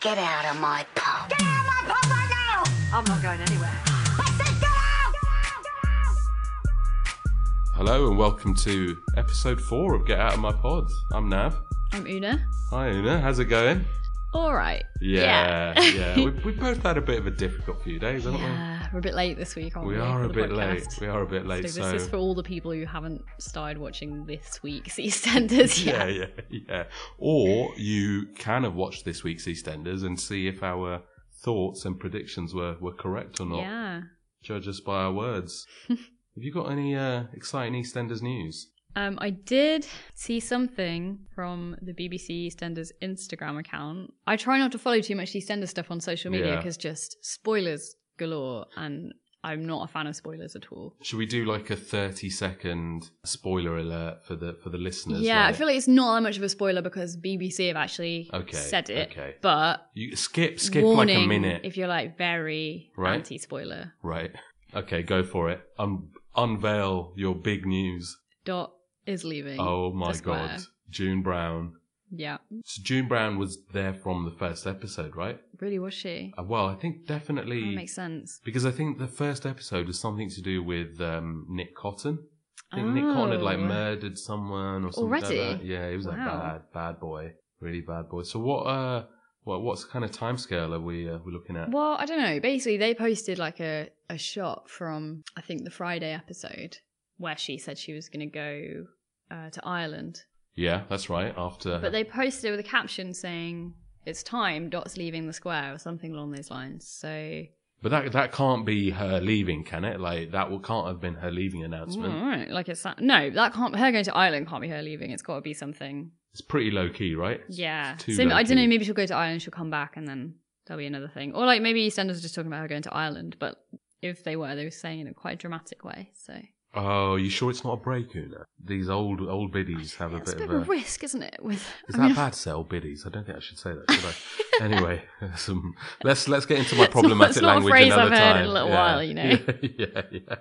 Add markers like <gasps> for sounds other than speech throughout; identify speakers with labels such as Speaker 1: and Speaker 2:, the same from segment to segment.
Speaker 1: Get out of my pub.
Speaker 2: Get out of my pub right now!
Speaker 3: I'm not going anywhere.
Speaker 2: I said get out!
Speaker 4: Hello and welcome to episode four of Get Out of My Pod. I'm Nav.
Speaker 5: I'm Una.
Speaker 4: Hi Una, how's it going?
Speaker 5: All right.
Speaker 4: Yeah, yeah.
Speaker 5: <laughs>
Speaker 4: We, we both had a bit of a difficult few days, haven't
Speaker 5: Yeah, we're a bit late this week, aren't
Speaker 4: we?
Speaker 5: we?
Speaker 4: We are
Speaker 5: for
Speaker 4: a
Speaker 5: the
Speaker 4: bit late.
Speaker 5: podcast?
Speaker 4: We are a bit late.
Speaker 5: so
Speaker 4: So, <laughs>
Speaker 5: this is for all the people who haven't started watching this week's <laughs> EastEnders
Speaker 4: yeah,
Speaker 5: yet.
Speaker 4: yeah, yeah. Or you can have watched this week's EastEnders and see if our thoughts and predictions were, were correct or not.
Speaker 5: Yeah.
Speaker 4: Judge us by our words.
Speaker 5: <laughs>
Speaker 4: have you got any uh, exciting EastEnders news?
Speaker 5: Um, I did see something from the BBC EastEnders Instagram account. I try not to follow too much EastEnders stuff on social media
Speaker 4: Yeah.
Speaker 5: because just spoilers galore, and I'm not a fan of spoilers at all.
Speaker 4: Should we do like a thirty second spoiler alert for the for the listeners?
Speaker 5: yeah, I
Speaker 4: like-
Speaker 5: feel like it's not that much of a spoiler because BBC have actually
Speaker 4: Okay,
Speaker 5: said it.
Speaker 4: okay.
Speaker 5: But
Speaker 4: You skip skip
Speaker 5: warning
Speaker 4: like a minute.
Speaker 5: if you're like very
Speaker 4: Right.
Speaker 5: anti-spoiler.
Speaker 4: Right. Okay, go for it. Un- unveil your big news.
Speaker 5: Dot is leaving.
Speaker 4: Oh my
Speaker 5: the square.
Speaker 4: god. June Brown.
Speaker 5: Yeah,
Speaker 4: So June Brown was there from the first episode, right?
Speaker 5: really was she?
Speaker 4: Uh, Well, I think
Speaker 5: That
Speaker 4: definitely
Speaker 5: makes sense.
Speaker 4: because I think the first episode was something to do with um, Nick Cotton. I think Nick Cotton had like
Speaker 5: Oh.
Speaker 4: murdered someone or something. like
Speaker 5: Already?
Speaker 4: that. Yeah, he was
Speaker 5: Wow.
Speaker 4: a bad, bad boy, really bad boy. So what? Uh, what? What's kind of timescale are we uh, we looking at?
Speaker 5: Well, I don't know. Basically, they posted like a a shot from I think the Friday episode where she said she was going to go uh, to Ireland,
Speaker 4: Yeah, that's right. After
Speaker 5: but they posted it with a caption saying it's time. Dot's leaving the square or something along those lines. So
Speaker 4: But that that can't be her leaving, can it? Like that will, can't have been her leaving announcement.
Speaker 5: all right, like it's that- no, that can't her going to Ireland can't be her leaving. It's got to be something
Speaker 4: It's pretty low key, right?
Speaker 5: Yeah.
Speaker 4: too
Speaker 5: So I don't
Speaker 4: low-key.
Speaker 5: know. Maybe she'll go to Ireland. She'll come back, and then there'll be another thing. Or like maybe EastEnders are just talking about her going to Ireland. But if they were, they were saying it in quite a dramatic way. So
Speaker 4: Oh, you sure it's not a break, Una? These old old biddies have a
Speaker 5: it's
Speaker 4: bit, of a.
Speaker 5: risk, isn't it? With
Speaker 4: Is
Speaker 5: I
Speaker 4: that
Speaker 5: mean,
Speaker 4: bad, sell biddies? I don't think I should say that, should
Speaker 5: <laughs>
Speaker 4: I? anyway, <laughs> some, let's let's get into my problematic
Speaker 5: it's not a
Speaker 4: language
Speaker 5: phrase
Speaker 4: another
Speaker 5: I've heard in
Speaker 4: time.
Speaker 5: a little
Speaker 4: yeah.
Speaker 5: while, you know.
Speaker 4: <laughs> Yeah, yeah,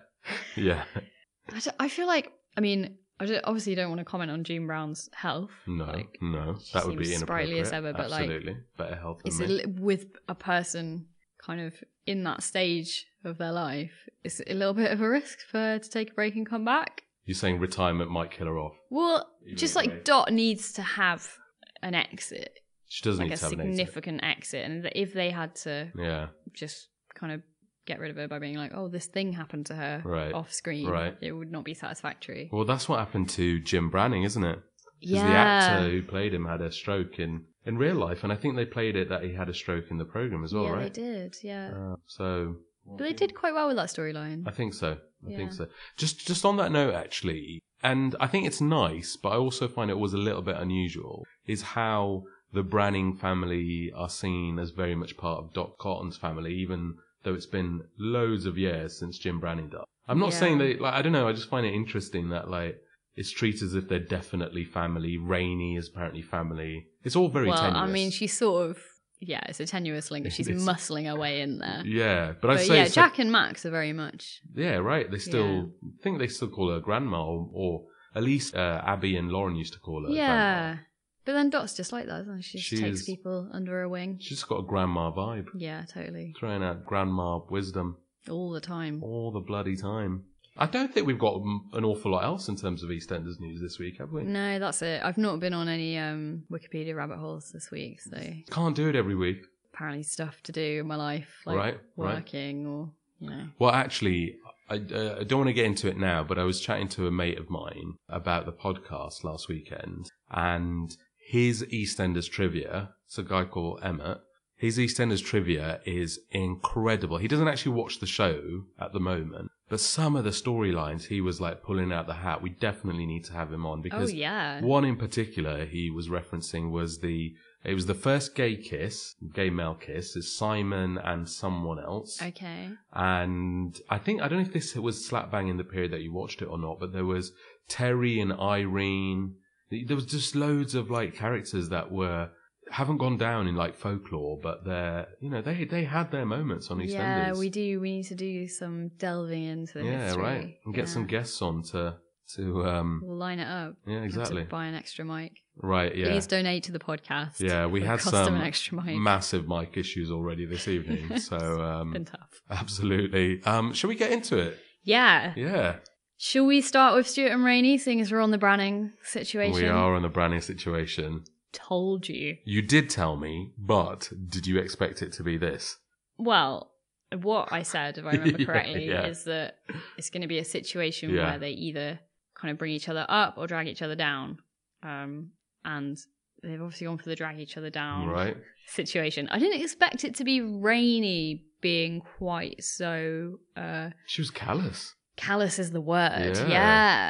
Speaker 4: yeah. yeah.
Speaker 5: I, don't- I feel like I mean I don't- obviously don't want to comment on Jean Brown's health.
Speaker 4: No,
Speaker 5: Like,
Speaker 4: no,
Speaker 5: she
Speaker 4: that would be
Speaker 5: seems sprightly
Speaker 4: inappropriate.
Speaker 5: as ever, but, like,
Speaker 4: Absolutely, better health than
Speaker 5: it's
Speaker 4: me.
Speaker 5: a li- with a person kind of in that stage of their life. It's a little bit of a risk for her to take a break and come back.
Speaker 4: You're saying retirement might kill her off.
Speaker 5: Well,
Speaker 4: Either
Speaker 5: just
Speaker 4: way.
Speaker 5: like Dot needs to have an exit.
Speaker 4: She doesn't
Speaker 5: like
Speaker 4: need
Speaker 5: a
Speaker 4: to have an exit.
Speaker 5: significant exit, and that if they had to
Speaker 4: Yeah,
Speaker 5: just kind of get rid of her by being like, "Oh, this thing happened to her
Speaker 4: Right.
Speaker 5: off screen,"
Speaker 4: Right.
Speaker 5: it would not be satisfactory.
Speaker 4: well, that's what happened to Jim Branning, isn't it? Because the actor who played him had a stroke in, in real life, and I think they played it that he had a stroke in the program as well,
Speaker 5: yeah,
Speaker 4: right?
Speaker 5: they did. Yeah,
Speaker 4: Uh, so,
Speaker 5: but they did quite well with that storyline.
Speaker 4: I think so. I think
Speaker 5: Yeah.
Speaker 4: so. Just just on that note, actually, and I think it's nice, but I also find it was a little bit unusual. Is how the Branning family are seen as very much part of Doc Cotton's family, even though it's been loads of years since Jim Branning died. I'm not
Speaker 5: Yeah.
Speaker 4: saying they like I don't know. I just find it interesting that like. It's treated as if they're definitely family. Rainey is apparently family. It's all very
Speaker 5: well,
Speaker 4: tenuous.
Speaker 5: I mean, she's sort of yeah, it's a tenuous link. She's
Speaker 4: It's-
Speaker 5: muscling her way in there.
Speaker 4: yeah, but, I
Speaker 5: But
Speaker 4: say
Speaker 5: yeah,
Speaker 4: it's like-
Speaker 5: Jack and Max are very much.
Speaker 4: Yeah, right. They still I think they still call her grandma, or, or at least uh, Abby and Lauren used to call her. grandma.
Speaker 5: Yeah, but then Dot's just like that. Isn't she?
Speaker 4: She
Speaker 5: She, just takes
Speaker 4: is-
Speaker 5: people under her wing.
Speaker 4: she's just got a grandma vibe,
Speaker 5: Yeah, totally,
Speaker 4: throwing out grandma wisdom
Speaker 5: all the time.
Speaker 4: all the bloody time. I don't think we've got mm, an awful lot else in terms of EastEnders news this week, have we?
Speaker 5: No, that's it. I've not been on any um, Wikipedia rabbit holes this week, so
Speaker 4: Can't do it every week.
Speaker 5: apparently stuff to do in my life, like
Speaker 4: Right, right.
Speaker 5: working or you know. Oh,
Speaker 4: Well, actually, I, uh, I don't want to get into it now, but I was chatting to a mate of mine about the podcast last weekend and his EastEnders trivia. It's a guy called Emmett. His EastEnders trivia is incredible. He doesn't actually watch the show at the moment, but some of the storylines he was like pulling out the hat. We definitely need to have him on
Speaker 5: Oh
Speaker 4: because
Speaker 5: yeah,
Speaker 4: one in particular he was referencing was the it was the first gay kiss, gay male kiss, is Simon and someone else.
Speaker 5: okay.
Speaker 4: And I think, I don't know if this was slap bang in the period that you watched it or not, but there was Terry and Irene. There was just loads of like characters that were, haven't gone down in like folklore, but they're, you know, they, they had their moments on EastEnders.
Speaker 5: Yeah, we do. We need to do some delving into the
Speaker 4: Yeah,
Speaker 5: mystery.
Speaker 4: right. And get some
Speaker 5: Yeah.
Speaker 4: guests on to, to, um,
Speaker 5: We'll line it up.
Speaker 4: yeah,
Speaker 5: Have to
Speaker 4: exactly.
Speaker 5: buy an extra mic.
Speaker 4: Right, yeah.
Speaker 5: Please donate to the podcast.
Speaker 4: Yeah, we
Speaker 5: It
Speaker 4: had
Speaker 5: cost them
Speaker 4: some
Speaker 5: an extra mic.
Speaker 4: Massive mic issues already
Speaker 5: <laughs>
Speaker 4: this evening.
Speaker 5: Yes.
Speaker 4: So, um,
Speaker 5: Been tough.
Speaker 4: absolutely. Um, shall we get into
Speaker 5: <laughs>
Speaker 4: it?
Speaker 5: Yeah.
Speaker 4: Yeah.
Speaker 5: Shall we start with Stuart and Rainey, seeing as we're on the Branning situation?
Speaker 4: We are on the branding situation.
Speaker 5: Told you.
Speaker 4: You did tell me, but did you expect it to be this?
Speaker 5: Well, what I said, if I remember
Speaker 4: <laughs> Yeah,
Speaker 5: correctly,
Speaker 4: yeah.
Speaker 5: is that it's going to be a situation
Speaker 4: Yeah.
Speaker 5: where they either kind of bring each other up or drag each other down. Um, and they've obviously gone for the drag each other down
Speaker 4: Right?
Speaker 5: situation. I didn't expect it to be Rainy being quite so. Uh,
Speaker 4: She was callous.
Speaker 5: callous is the word.
Speaker 4: Yeah.
Speaker 5: Yeah.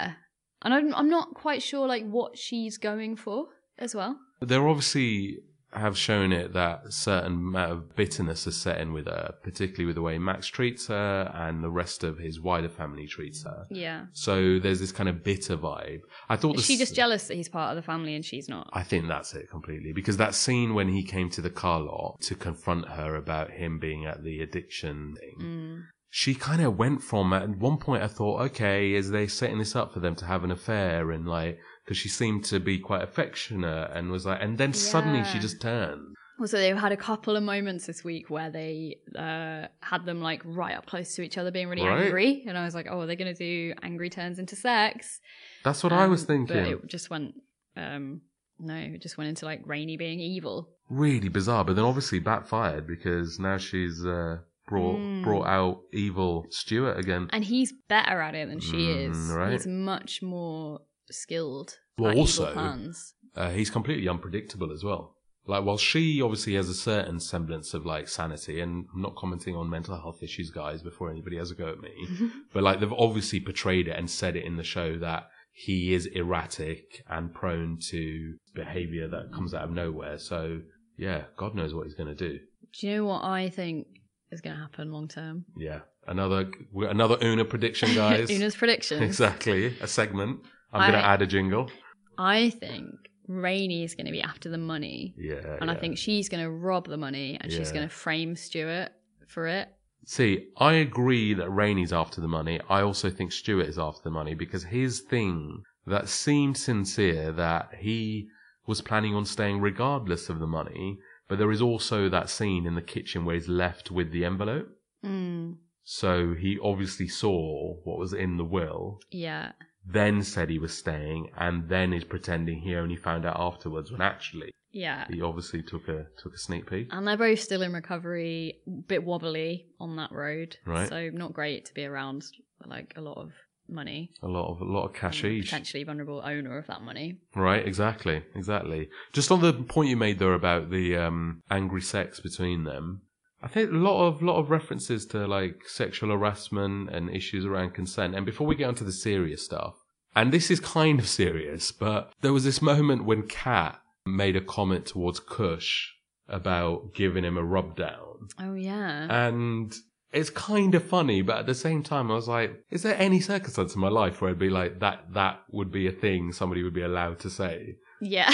Speaker 5: And I'm, I'm not quite sure like what she's going for as well.
Speaker 4: They're obviously have shown it that certain amount of bitterness is set in with her, particularly with the way Max treats her and the rest of his wider family treats her.
Speaker 5: Yeah.
Speaker 4: So there's this kind of bitter vibe. I thought
Speaker 5: Is
Speaker 4: the
Speaker 5: she
Speaker 4: s-
Speaker 5: just jealous that he's part of the family and she's not?
Speaker 4: I think that's it completely because that scene when he came to the car lot to confront her about him being at the addiction thing,
Speaker 5: Mm.
Speaker 4: she kind of went from at one point I thought, okay, is they setting this up for them to have an affair and like because she seemed to be quite affectionate and was like, and then suddenly she
Speaker 5: Yeah.
Speaker 4: just turned.
Speaker 5: Also, they've had a couple of moments this week where they uh, had them like right up close to each other being really
Speaker 4: Right.
Speaker 5: angry. And I was like, oh, they're going to do angry turns into sex.
Speaker 4: That's what I
Speaker 5: Um,
Speaker 4: was thinking.
Speaker 5: But it just went, um, no, it just went into like Rainy being evil.
Speaker 4: really bizarre, but then obviously backfired because now she's uh, brought
Speaker 5: Mm.
Speaker 4: brought out evil Stuart again.
Speaker 5: And he's better at it than she
Speaker 4: Mm,
Speaker 5: is.
Speaker 4: right.
Speaker 5: He's much more skilled.
Speaker 4: Well,
Speaker 5: at evil
Speaker 4: also-
Speaker 5: plans.
Speaker 4: uh, he's completely unpredictable as well. Like, while she obviously has a certain semblance of like sanity, and I'm not commenting on mental health issues, guys, before anybody has a go at me,
Speaker 5: <laughs>
Speaker 4: but like they've obviously portrayed it and said it in the show that he is erratic and prone to behavior that comes out of nowhere. So, yeah, God knows what he's going to do.
Speaker 5: Do you know what I think is going to happen long term?
Speaker 4: Yeah. Another, we- another Una
Speaker 5: <laughs>
Speaker 4: prediction, guys. <laughs>
Speaker 5: Una's predictions.
Speaker 4: exactly. A segment. I'm going to
Speaker 5: I-
Speaker 4: add a jingle.
Speaker 5: I think Rainey is going to be after the money,
Speaker 4: Yeah.
Speaker 5: and I
Speaker 4: yeah.
Speaker 5: think she's going to rob the money, and she's
Speaker 4: Yeah.
Speaker 5: going to frame Stuart for it.
Speaker 4: See, I agree that Rainey's after the money. I also think Stewart is after the money because his thing that seemed sincere that he was planning on staying regardless of the money, but there is also that scene in the kitchen where he's left with the envelope.
Speaker 5: Mm,
Speaker 4: So he obviously saw what was in the will,
Speaker 5: yeah,
Speaker 4: then said he was staying, and then is pretending he only found out afterwards when actually
Speaker 5: yeah.
Speaker 4: he obviously took a took a sneak peek.
Speaker 5: And they're both still in recovery, bit wobbly on that road,
Speaker 4: Right.
Speaker 5: so not great to be around like a lot of money.
Speaker 4: A lot of a lot of cash
Speaker 5: and
Speaker 4: each.
Speaker 5: potentially vulnerable owner of that money.
Speaker 4: Right, exactly, exactly. Just on the point you made there about the um, angry sex between them, I think a lot of lot of references to like sexual harassment and issues around consent. And before we get onto the serious stuff, and this is kind of serious, but there was this moment when Kat made a comment towards Kush about giving him a rub down,
Speaker 5: Oh yeah.
Speaker 4: and it's kind of funny, but at the same time, I was like, is there any circumstance in my life where I'd be like that? That would be a thing somebody would be allowed to say.
Speaker 5: Yeah.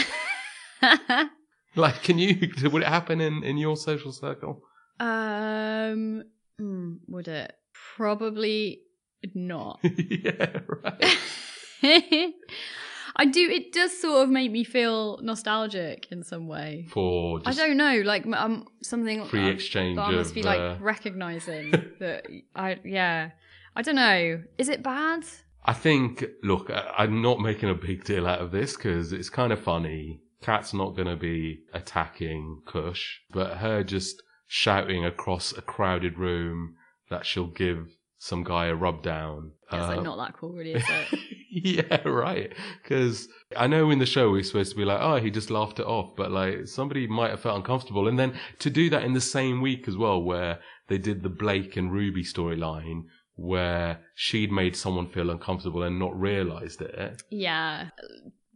Speaker 5: <laughs>
Speaker 4: <laughs> Like, can you? Would it happen in in your social circle? <laughs>
Speaker 5: um, mm, would it? Probably not. <laughs>
Speaker 4: yeah, right.
Speaker 5: I do. It does sort of make me feel nostalgic in some way.
Speaker 4: For
Speaker 5: I
Speaker 4: just
Speaker 5: don't know, like m- um, something
Speaker 4: free exchange
Speaker 5: that I
Speaker 4: of
Speaker 5: must be
Speaker 4: uh, <laughs>
Speaker 5: like recognizing that I, yeah, I don't know. Is it bad?
Speaker 4: I think, look, I- I'm not making a big deal out of this because it's kind of funny. Kat's not going to be attacking Kush, but her just shouting across a crowded room that she'll give some guy a rub down.
Speaker 5: It's
Speaker 4: uh,
Speaker 5: like not that cool,
Speaker 4: <laughs>
Speaker 5: really. Is it?
Speaker 4: yeah, right. Because I know in the show we're supposed to be like, oh, he just laughed it off, but like somebody might have felt uncomfortable. And then to do that in the same week as well, where they did the Blake and Ruby storyline, where she'd made someone feel uncomfortable and not realised it.
Speaker 5: yeah.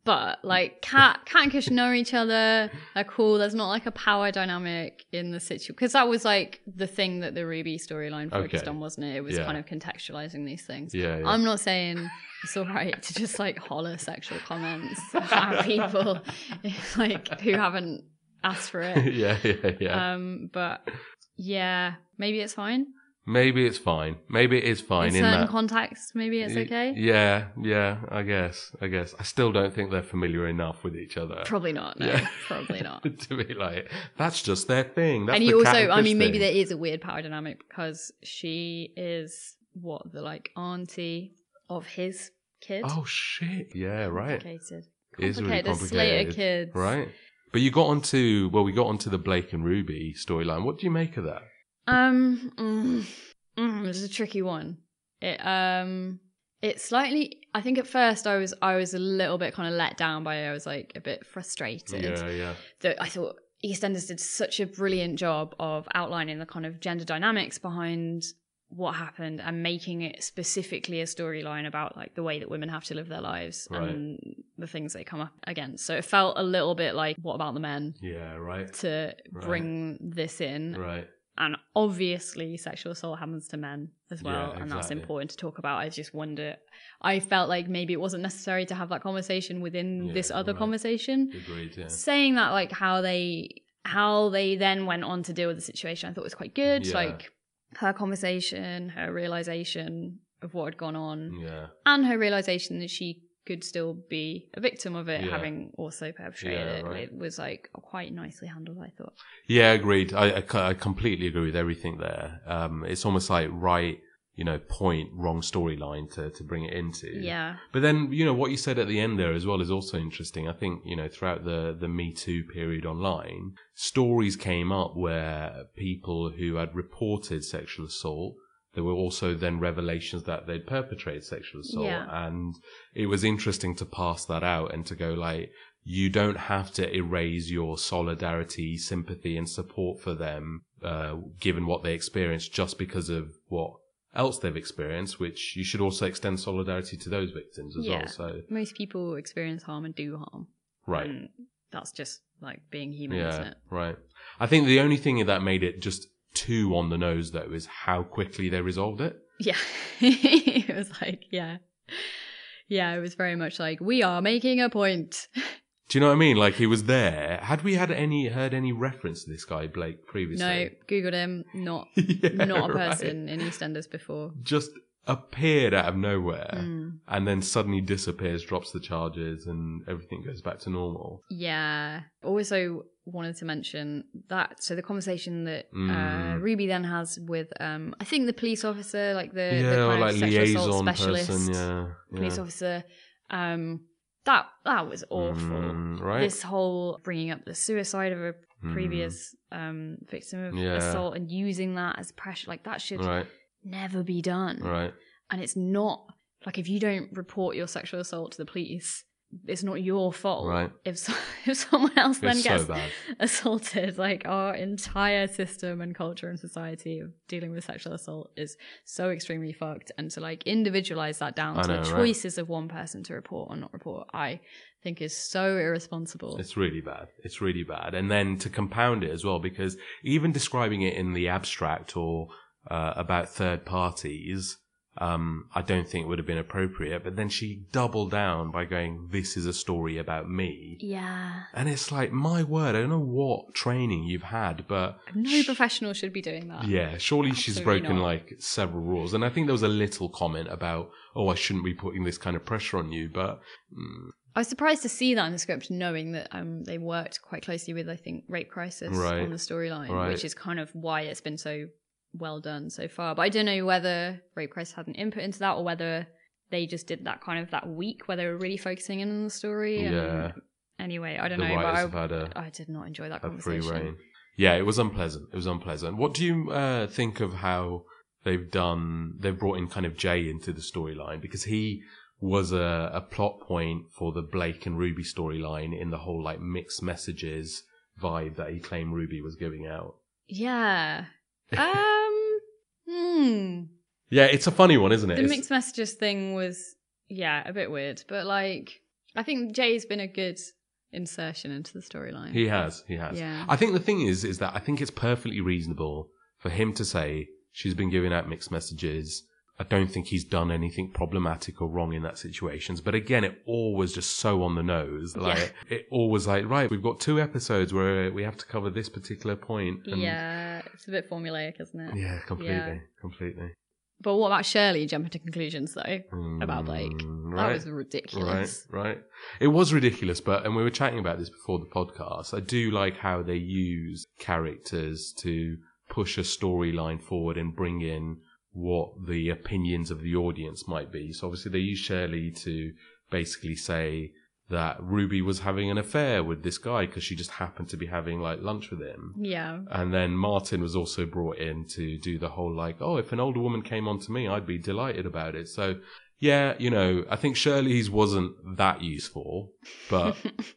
Speaker 5: But like Cat, Cat and Kush know each other. They're cool. There's not like a power dynamic in the situation because that was like the thing that the Ruby storyline focused
Speaker 4: Okay.
Speaker 5: on, wasn't it? It was
Speaker 4: Yeah.
Speaker 5: kind of contextualizing these things.
Speaker 4: Yeah, yeah. <laughs>
Speaker 5: I'm not saying it's all right to just like holler sexual comments at people <laughs> like who haven't asked for
Speaker 4: <laughs>
Speaker 5: it. Uh,
Speaker 4: yeah, yeah, yeah.
Speaker 5: Um, but yeah, maybe it's fine.
Speaker 4: Maybe it's fine. Maybe it is fine
Speaker 5: in
Speaker 4: in,
Speaker 5: certain
Speaker 4: that.
Speaker 5: contexts, maybe it's
Speaker 4: Y-
Speaker 5: okay.
Speaker 4: Yeah, yeah. I guess. I guess. I still don't think they're familiar enough with each other.
Speaker 5: Probably not. No,
Speaker 4: Yeah. <laughs>
Speaker 5: probably not.
Speaker 4: to be like, that's just their thing. That's
Speaker 5: and
Speaker 4: the
Speaker 5: you also,
Speaker 4: cat
Speaker 5: I
Speaker 4: fish
Speaker 5: mean, maybe
Speaker 4: thing.
Speaker 5: there is a weird power dynamic because she is what the like auntie of his kid.
Speaker 4: Oh shit! Yeah, right.
Speaker 5: Complicated.
Speaker 4: It is really
Speaker 5: Complicated Slater
Speaker 4: complicated,
Speaker 5: kids.
Speaker 4: Right. But you got onto well, we got onto the Blake and Ruby storyline. What do you make of that?
Speaker 5: Um, mm, mm, this is a tricky one. It um, it's slightly. I think at first I was I was a little bit kind of let down by it. I was like a bit frustrated
Speaker 4: Yeah, yeah,
Speaker 5: that I thought EastEnders did such a brilliant job of outlining the kind of gender dynamics behind what happened and making it specifically a storyline about like the way that women have to live their lives
Speaker 4: Right.
Speaker 5: and the things they come up against. So it felt a little bit like what about the men
Speaker 4: yeah. Right,
Speaker 5: to
Speaker 4: Right.
Speaker 5: bring this in
Speaker 4: right.
Speaker 5: and obviously sexual assault happens to men as well
Speaker 4: Yeah,
Speaker 5: and that's
Speaker 4: exactly.
Speaker 5: important to talk about i just wonder i felt like maybe it wasn't necessary to have that conversation within
Speaker 4: Yeah,
Speaker 5: this other
Speaker 4: right.
Speaker 5: conversation
Speaker 4: Agreed. Yeah.
Speaker 5: saying that like how they how they then went on to deal with the situation i thought was quite good
Speaker 4: Yeah.
Speaker 5: like her conversation her realization of what had gone on
Speaker 4: Yeah.
Speaker 5: and her realization that she could still be a victim of it
Speaker 4: Yeah.
Speaker 5: having also perpetrated
Speaker 4: Yeah,
Speaker 5: it
Speaker 4: right.
Speaker 5: it was like quite nicely handled i thought
Speaker 4: Yeah, agreed. I, I, co- I completely agree with everything there. Um, it's almost like right, you know, point, wrong storyline to, to bring it into.
Speaker 5: yeah.
Speaker 4: But then, you know, what you said at the end there as well is also interesting. I think, you know, throughout the, the Me Too period online, stories came up where people who had reported sexual assault, there were also then revelations that they'd perpetrated sexual assault.
Speaker 5: Yeah.
Speaker 4: And it was interesting to pass that out and to go like, you don't have to erase your solidarity, sympathy and support for them, uh, given what they experienced just because of what else they've experienced, which you should also extend solidarity to those victims as
Speaker 5: Yeah.
Speaker 4: well. So,
Speaker 5: most people experience harm and do harm.
Speaker 4: right.
Speaker 5: And that's just like being human, isn't
Speaker 4: Yeah,
Speaker 5: it?
Speaker 4: right. I think the only thing that made it just too on the nose though is how quickly they resolved it.
Speaker 5: Yeah. <laughs> it was like, yeah. Yeah, it was very much like, we are making a point.
Speaker 4: Do you know what I mean? Like he was there. Had we had any heard any reference to this guy Blake <laughs>
Speaker 5: No,
Speaker 4: previously?
Speaker 5: Googled him,
Speaker 4: <laughs>
Speaker 5: not
Speaker 4: No,
Speaker 5: not a person in EastEnders before.
Speaker 4: Just appeared out of nowhere
Speaker 5: Mm.
Speaker 4: and then suddenly disappears, drops the charges, and everything goes back to normal.
Speaker 5: Yeah. Also wanted to mention that so the conversation that uh,
Speaker 4: Mm.
Speaker 5: Ruby then has with um I think the police officer, like the, the
Speaker 4: yeah,
Speaker 5: kind
Speaker 4: or
Speaker 5: of
Speaker 4: like
Speaker 5: sexual assault
Speaker 4: liaison
Speaker 5: specialist
Speaker 4: person. Yeah, yeah.
Speaker 5: police officer, um that that was awful.
Speaker 4: Mm, right. Mm.
Speaker 5: this whole bringing up the suicide of a previous um, victim of
Speaker 4: Yeah.
Speaker 5: assault and using that as pressure like that should
Speaker 4: Mm, right,
Speaker 5: never be done
Speaker 4: right.
Speaker 5: and it's not like if you don't report your sexual assault to the police it's not your fault
Speaker 4: Right.
Speaker 5: if, so- <laughs> if someone else then
Speaker 4: It's so
Speaker 5: gets
Speaker 4: bad.
Speaker 5: <laughs> assaulted like our entire system and culture and society of dealing with sexual assault is so extremely fucked and to like individualize that down
Speaker 4: I
Speaker 5: to
Speaker 4: know,
Speaker 5: the
Speaker 4: right?
Speaker 5: choices of one person to report or not report i think is so irresponsible
Speaker 4: It's really bad. It's really bad. And then to compound it as well, because even describing it in the abstract or uh, about third parties, um, I don't think would have been appropriate. But then she doubled down by going, "This is a story about me."
Speaker 5: yeah
Speaker 4: And it's like, my word, I don't know what training you've had, but
Speaker 5: No professional should be doing that.
Speaker 4: Yeah, surely she's
Speaker 5: Absolutely
Speaker 4: broken
Speaker 5: not.
Speaker 4: like several rules. And I think there was a little comment about, oh, I shouldn't be putting this kind of pressure on you, but mm,
Speaker 5: I was surprised to see that in the script, knowing that um, they worked quite closely with, I think, Rape Crisis
Speaker 4: Right.
Speaker 5: on the storyline,
Speaker 4: Right.
Speaker 5: which is kind of why it's been so well done so far. But I don't know whether Rape Crisis had an input into that or whether they just did that kind of that week where they were really focusing in on the story. and-
Speaker 4: yeah,
Speaker 5: Anyway, I
Speaker 4: the
Speaker 5: don't know,
Speaker 4: writers have had
Speaker 5: but
Speaker 4: a,
Speaker 5: I, I did not enjoy that
Speaker 4: a free
Speaker 5: conversation.
Speaker 4: reign. Yeah, it was unpleasant. It was unpleasant. What do you uh, think of how they've done? They've brought in kind of Jay into the storyline because he was a, a plot point for the Blake and Ruby storyline in the whole like mixed messages vibe that he claimed Ruby was giving out. <laughs>
Speaker 5: Yeah. um. Hmm.
Speaker 4: Yeah, it's a funny one, isn't it?
Speaker 5: the
Speaker 4: It's-
Speaker 5: mixed messages thing was yeah a bit weird but like i think jay's been a good insertion into the storyline
Speaker 4: He has, he has.
Speaker 5: Yeah.
Speaker 4: I think the thing is, is that I think it's perfectly reasonable for him to say she's been giving out mixed messages. I don't think he's done anything problematic or wrong in that situations. But again, it all was just so on the nose. Like it all was like, right, we've got two episodes where we have to cover this particular point. And
Speaker 5: yeah, it's a bit formulaic, isn't it?
Speaker 4: Yeah, completely,
Speaker 5: Yeah.
Speaker 4: completely.
Speaker 5: But what about Shirley jumping to conclusions though? About, like,
Speaker 4: Mm,
Speaker 5: That
Speaker 4: right.
Speaker 5: was ridiculous.
Speaker 4: Right, right. It was ridiculous, but and we were chatting about this before the podcast. I do like how they use characters to push a storyline forward and bring in what the opinions of the audience might be. So obviously they use Shirley to basically say that Ruby was having an affair with this guy because she just happened to be having like lunch with him.
Speaker 5: Yeah.
Speaker 4: And then Martin was also brought in to do the whole like, oh, if an older woman came on to me, I'd be delighted about it. So, yeah, you know, I think Shirley's wasn't that useful, but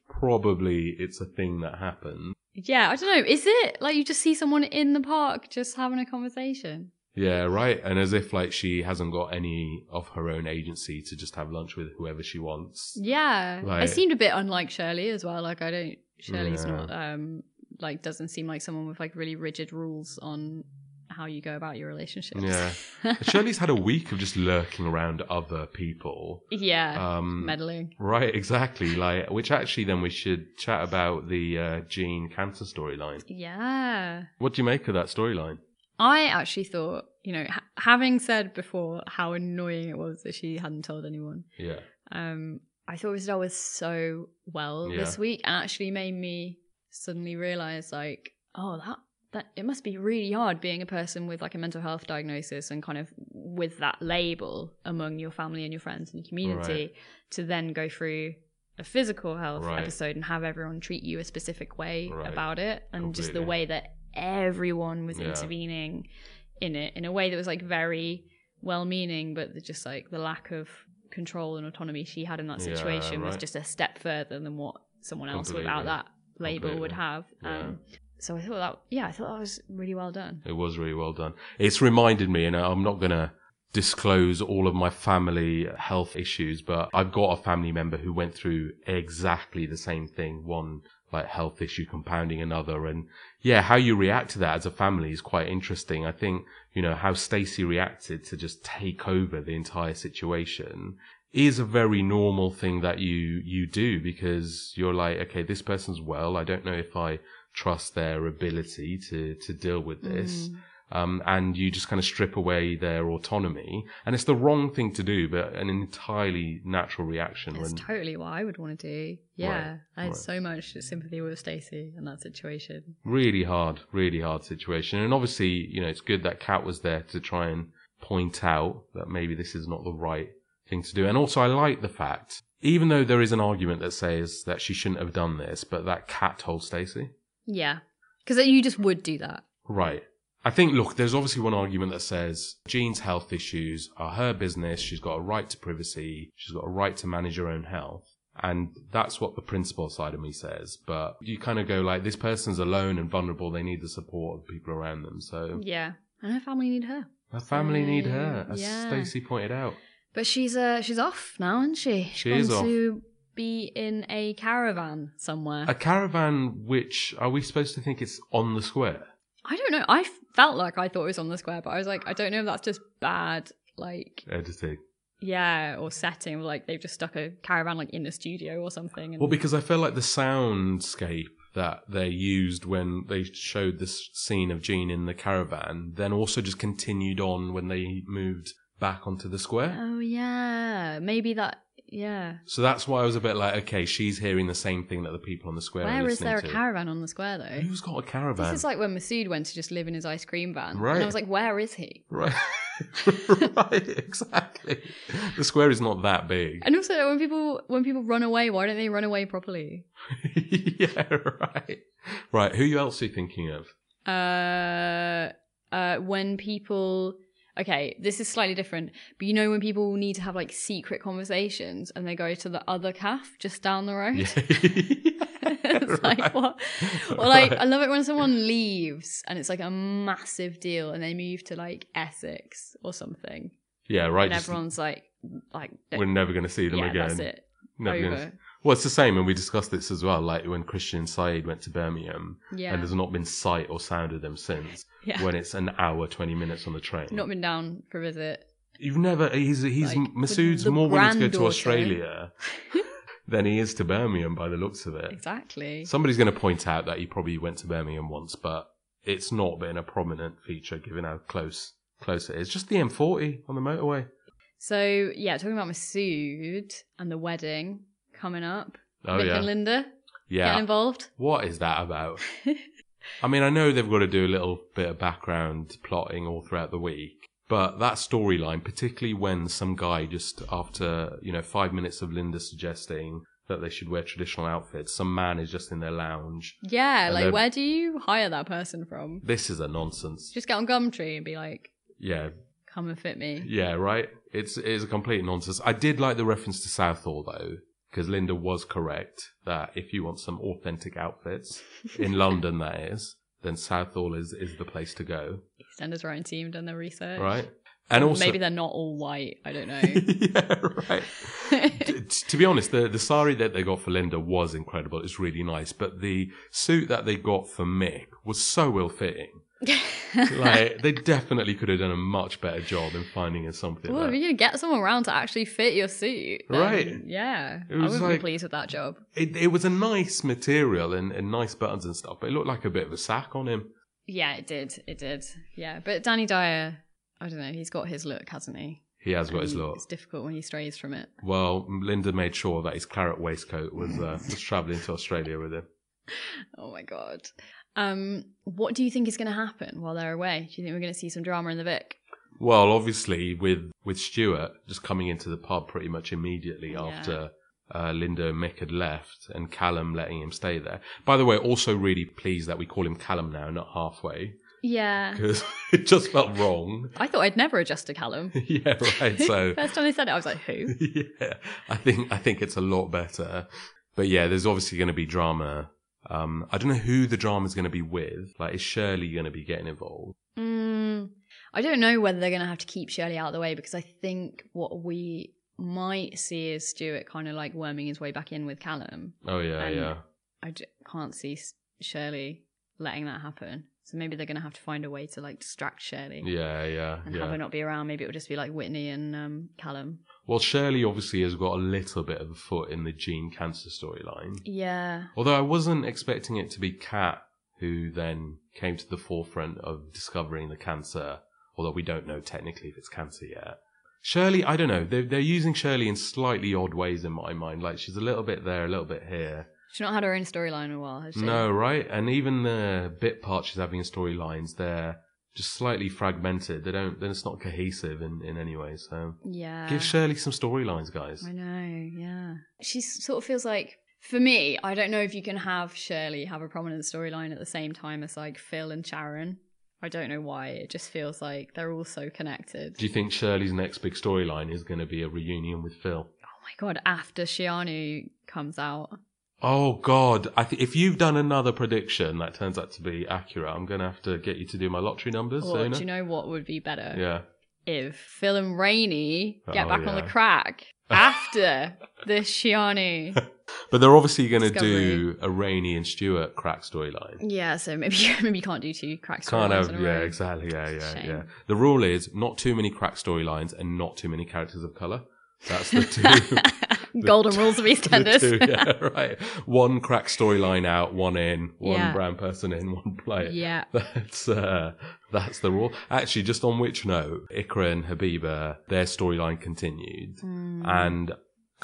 Speaker 4: probably it's a thing that happened.
Speaker 5: Yeah, I don't know. Is it like you just see someone in the park just having a conversation?
Speaker 4: Yeah, right. And as if like she hasn't got any of her own agency to just have lunch with whoever she wants.
Speaker 5: Yeah. I
Speaker 4: Like-
Speaker 5: seemed a bit unlike Shirley as well. Like I don't Shirley's
Speaker 4: Yeah.
Speaker 5: not um like doesn't seem like someone with like really rigid rules on how you go about your relationships.
Speaker 4: Yeah. Shirley's had a week of just lurking around other people.
Speaker 5: <laughs> yeah.
Speaker 4: Um,
Speaker 5: meddling.
Speaker 4: Right, exactly. Like, which actually, then we should chat about the uh, Gene cancer storyline.
Speaker 5: Yeah.
Speaker 4: What do you make of that storyline?
Speaker 5: I actually thought, you know, ha- having said before how annoying it was that she hadn't told anyone,
Speaker 4: Yeah,
Speaker 5: um, I thought Rosetta was so well this week and actually made me suddenly realize, like, oh, that, that it must be really hard being a person with like a mental health diagnosis and kind of with that label among your family and your friends and your community to then go through a physical health
Speaker 4: Right.
Speaker 5: episode and have everyone treat you a specific way
Speaker 4: Right.
Speaker 5: about it and just the
Speaker 4: Completely.
Speaker 5: way that everyone was
Speaker 4: Yeah.
Speaker 5: intervening in it in a way that was like very well meaning but the- just like the lack of control and autonomy she had in that
Speaker 4: Yeah,
Speaker 5: situation was
Speaker 4: right.
Speaker 5: just a step further than what someone else without
Speaker 4: Completely.
Speaker 5: that label would
Speaker 4: Completely.
Speaker 5: have um, so i thought that yeah i thought that was really well done
Speaker 4: it was really well done. It's reminded me, and I'm not gonna disclose all of my family health issues, but I've got a family member who went through exactly the same thing. One like health issue compounding another, and yeah, how you react to that as a family is quite interesting. I think you know how Stacey reacted to just take over the entire situation is a very normal thing that you you do because you're like okay this person's well i don't know if i trust their ability to to deal with
Speaker 5: Mm.
Speaker 4: this um and you just kind of strip away their autonomy and it's the wrong thing to do but an entirely natural reaction
Speaker 5: it's
Speaker 4: when
Speaker 5: totally what i would want to do yeah i had
Speaker 4: right.
Speaker 5: so much sympathy with stacy in that situation
Speaker 4: really hard, really hard situation. And obviously, you know, it's good that Kat was there to try and point out that maybe this is not the right thing to do. And also, I like the fact, even though there is an argument that says that she shouldn't have done this, but that Kat told Stacey.
Speaker 5: yeah because you just would do that
Speaker 4: Right. I think, look, there's obviously one argument that says Jean's health issues are her business. She's got a right to privacy. She's got a right to manage her own health. And that's what the principal side of me says. But you kind of go like, this person's alone and vulnerable. They need the support of people around them. So
Speaker 5: yeah and her family need her
Speaker 4: her family need her, as
Speaker 5: Yeah.
Speaker 4: Stacey pointed out.
Speaker 5: But she's uh she's off now, isn't she?
Speaker 4: She is
Speaker 5: Gone
Speaker 4: off.
Speaker 5: to be in a caravan somewhere.
Speaker 4: A caravan, which are we supposed to think it's on the square?
Speaker 5: I don't know. I felt like I thought it was on the square, but I was like, I don't know if that's just bad, like
Speaker 4: Editing.
Speaker 5: yeah, or setting. Like they've just stuck a caravan like in the studio or something. And
Speaker 4: Well, because I feel like the soundscape that they used when they showed this scene of Jean in the caravan then also just continued on when they moved back onto the square.
Speaker 5: oh yeah, maybe that. Yeah,
Speaker 4: So that's why I was a bit like, okay, she's hearing the same thing that the people on the square are
Speaker 5: where is
Speaker 4: listening
Speaker 5: there a
Speaker 4: to.
Speaker 5: caravan on the square though?
Speaker 4: Who's got a caravan?
Speaker 5: This is like when Masood went to just live in his ice cream van. And I
Speaker 4: Right.
Speaker 5: was like, where is he?
Speaker 4: <laughs> right. <laughs> right, exactly. The square is not that big.
Speaker 5: And also, when people when people run away, why don't they run away properly?
Speaker 4: <laughs> yeah, right. Right, who else are you thinking of?
Speaker 5: uh, uh, when people okay this is slightly different but you know when people need to have like secret conversations and they go to the other calf just down the road <laughs> it's like
Speaker 4: Right.
Speaker 5: what or like
Speaker 4: Right.
Speaker 5: i love it when someone leaves and it's like a massive deal and they move to like essex or something
Speaker 4: <laughs> Yeah, right.
Speaker 5: and
Speaker 4: just-
Speaker 5: everyone's like like
Speaker 4: we're never going to see them
Speaker 5: yeah
Speaker 4: again.
Speaker 5: that's it
Speaker 4: Never gonna
Speaker 5: over
Speaker 4: Well, it's the same, and we discussed this as well. Like when Christian Said went to Birmingham,
Speaker 5: yeah
Speaker 4: and there's not been sight or sound of them since.
Speaker 5: yeah
Speaker 4: When it's an hour, twenty minutes on the train.
Speaker 5: not been down for a visit
Speaker 4: You've never. He's he's
Speaker 5: Like,
Speaker 4: Masood's
Speaker 5: the
Speaker 4: more willing to go to
Speaker 5: granddaughter. <laughs>
Speaker 4: Australia than he is to Birmingham by the looks of it.
Speaker 5: Exactly.
Speaker 4: Somebody's going to point out that he probably went to Birmingham once, but it's not been a prominent feature given how close close it is. Just the M40 on the motorway.
Speaker 5: So yeah, talking about Masood and the wedding coming up.
Speaker 4: Oh
Speaker 5: Nick
Speaker 4: yeah,
Speaker 5: and Linda
Speaker 4: yeah.
Speaker 5: get involved.
Speaker 4: What is that about? I mean, I know they've got to do a little bit of background plotting all throughout the week, but that storyline, particularly when some guy just after, you know, five minutes of Linda suggesting that they should wear traditional outfits, some man is just in their lounge.
Speaker 5: Yeah,
Speaker 4: And
Speaker 5: like
Speaker 4: then-
Speaker 5: where do you hire that person from?
Speaker 4: This is a nonsense.
Speaker 5: Just get on Gumtree and be like,
Speaker 4: Yeah,
Speaker 5: come and fit me.
Speaker 4: yeah, right? It's, it's a complete nonsense. I did like the reference to Southall though, because Linda was correct that if you want some authentic outfits, in London that is, then Southall is, is the place to go.
Speaker 5: Send us our own team, done their research.
Speaker 4: right? And also, <laughs>
Speaker 5: maybe they're not all white. I don't know. <laughs>
Speaker 4: yeah, right. T- to be honest, the the sari that they got for Linda was incredible. It's really nice, but the suit that they got for Mick was so ill fitting.
Speaker 5: <laughs>
Speaker 4: Like they definitely could have done a much better job in finding him something.
Speaker 5: well, if
Speaker 4: that-
Speaker 5: you're gonna get someone around to actually fit your suit, then
Speaker 4: Right.
Speaker 5: Yeah,
Speaker 4: It
Speaker 5: I
Speaker 4: was
Speaker 5: wouldn't
Speaker 4: like-
Speaker 5: be pleased with that job.
Speaker 4: It, it was a nice material and, and nice buttons and stuff, but it looked like a bit of a sack on him.
Speaker 5: Yeah, it did. It did. Yeah, but Danny Dyer, I don't know. He's got his look, hasn't he?
Speaker 4: He has got his
Speaker 5: And
Speaker 4: look.
Speaker 5: It's difficult when he strays from it.
Speaker 4: Well, Linda made sure that his claret waistcoat was uh, was travelling to Australia with him.
Speaker 5: Oh my god. Um, what do you think is going to happen while they're away? Do you think we're going to see some drama in the Vic?
Speaker 4: Well, obviously, with with Stuart just coming into the pub pretty much immediately
Speaker 5: Yeah.
Speaker 4: after uh, Linda and Mick had left, and Callum letting him stay there. By the way, also really pleased that we call him Callum now, not halfway,
Speaker 5: Yeah.
Speaker 4: because <laughs> it just felt
Speaker 5: <laughs>
Speaker 4: wrong.
Speaker 5: I thought I'd never adjust to Callum.
Speaker 4: yeah, right. <laughs> So <laughs>
Speaker 5: <laughs> First time they said it, I was like, who?
Speaker 4: yeah, I think I think it's a lot better. But yeah, there's obviously going to be drama. Um, I don't know who the drama's going to be with. Like, is Shirley going to be getting involved?
Speaker 5: Mm, I don't know whether they're going to have to keep Shirley out of the way because I think what we might see is Stuart kind of like worming his way back in with Callum.
Speaker 4: Oh yeah,
Speaker 5: Um,
Speaker 4: yeah.
Speaker 5: I j- can't see S- Shirley letting that happen. So maybe they're going to have to find a way to like distract Shirley
Speaker 4: Yeah, yeah,
Speaker 5: and
Speaker 4: yeah.
Speaker 5: have her not be around. Maybe it'll just be like Whitney and um, Callum.
Speaker 4: Well, Shirley obviously has got a little bit of a foot in the gene cancer storyline.
Speaker 5: Yeah.
Speaker 4: Although I wasn't expecting it to be Kat who then came to the forefront of discovering the cancer, although we don't know technically if it's cancer yet. Shirley, I don't know. They're, they're using Shirley in slightly odd ways in my mind. Like she's a little bit there, a little bit here.
Speaker 5: She's not had her own storyline in a while, has she?
Speaker 4: No, right? And even the bit parts she's having in storylines, they're just slightly fragmented. They don't, then it's not cohesive in, in any way. So
Speaker 5: Yeah.
Speaker 4: give Shirley some storylines, guys.
Speaker 5: I know, yeah. She s- sort of feels like, for me, I don't know if you can have Shirley have a prominent storyline at the same time as like Phil and Sharon. I don't know why. It just feels like they're all so connected.
Speaker 4: Do you think Shirley's next big storyline is going to be a reunion with Phil?
Speaker 5: oh my god, after Shianu comes out.
Speaker 4: Oh God! I th- if you've done another prediction that turns out to be accurate, I'm going to have to get you to do my lottery numbers
Speaker 5: Or
Speaker 4: sooner.
Speaker 5: do you know what would be better?
Speaker 4: yeah.
Speaker 5: If Phil and Rainey get
Speaker 4: Oh,
Speaker 5: back on
Speaker 4: yeah.
Speaker 5: the
Speaker 4: <laughs>
Speaker 5: crack after the Shianu.
Speaker 4: But they're obviously going to
Speaker 5: Discovery.
Speaker 4: do a Rainey and Stewart crack storyline.
Speaker 5: Yeah, so maybe <laughs> maybe you can't do two crack
Speaker 4: Can't
Speaker 5: storylines
Speaker 4: have,
Speaker 5: in a
Speaker 4: yeah,
Speaker 5: row.
Speaker 4: exactly, yeah,
Speaker 5: It's a
Speaker 4: yeah,
Speaker 5: shame.
Speaker 4: yeah. The rule is not too many crack storylines and not too many characters of color. That's the
Speaker 5: <laughs>
Speaker 4: two. <laughs>
Speaker 5: Golden rules of
Speaker 4: the
Speaker 5: EastEnders.
Speaker 4: two, yeah, <laughs> right. One crack storyline out, one in, one
Speaker 5: Yeah.
Speaker 4: brown person in, <laughs> one player.
Speaker 5: yeah.
Speaker 4: That's uh, that's the rule. Actually, just on which note, Ikra and Habiba, their storyline continued, and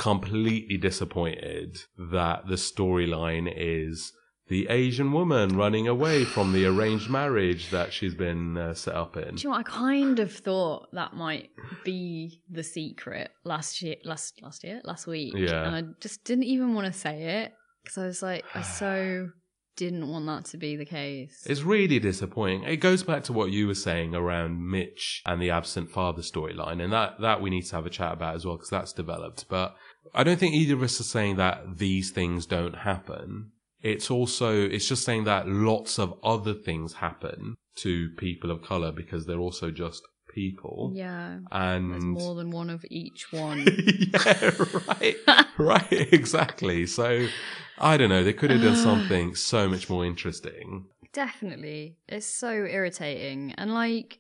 Speaker 4: completely disappointed that the storyline is the Asian woman running away from the arranged marriage that she's been uh, set up in.
Speaker 5: Do you know what? I kind of thought that might be the secret last year, last last year, last week.
Speaker 4: Yeah.
Speaker 5: And I just didn't even want to say it because I was like,
Speaker 4: <sighs>
Speaker 5: I so didn't want that to be the case.
Speaker 4: It's really disappointing. It goes back to what you were saying around Mitch and the absent father storyline, and that that we need to have a chat about as well because that's developed. But I don't think either of us are saying that these things don't happen. It's also it's just saying that lots of other things happen to people of color because they're also just people.
Speaker 5: yeah. There's
Speaker 4: And
Speaker 5: more than one of each one.
Speaker 4: <laughs> yeah,
Speaker 5: <laughs>
Speaker 4: right, right, exactly. So I don't know. They could have done something so much more interesting.
Speaker 5: Definitely. It's so irritating. And like,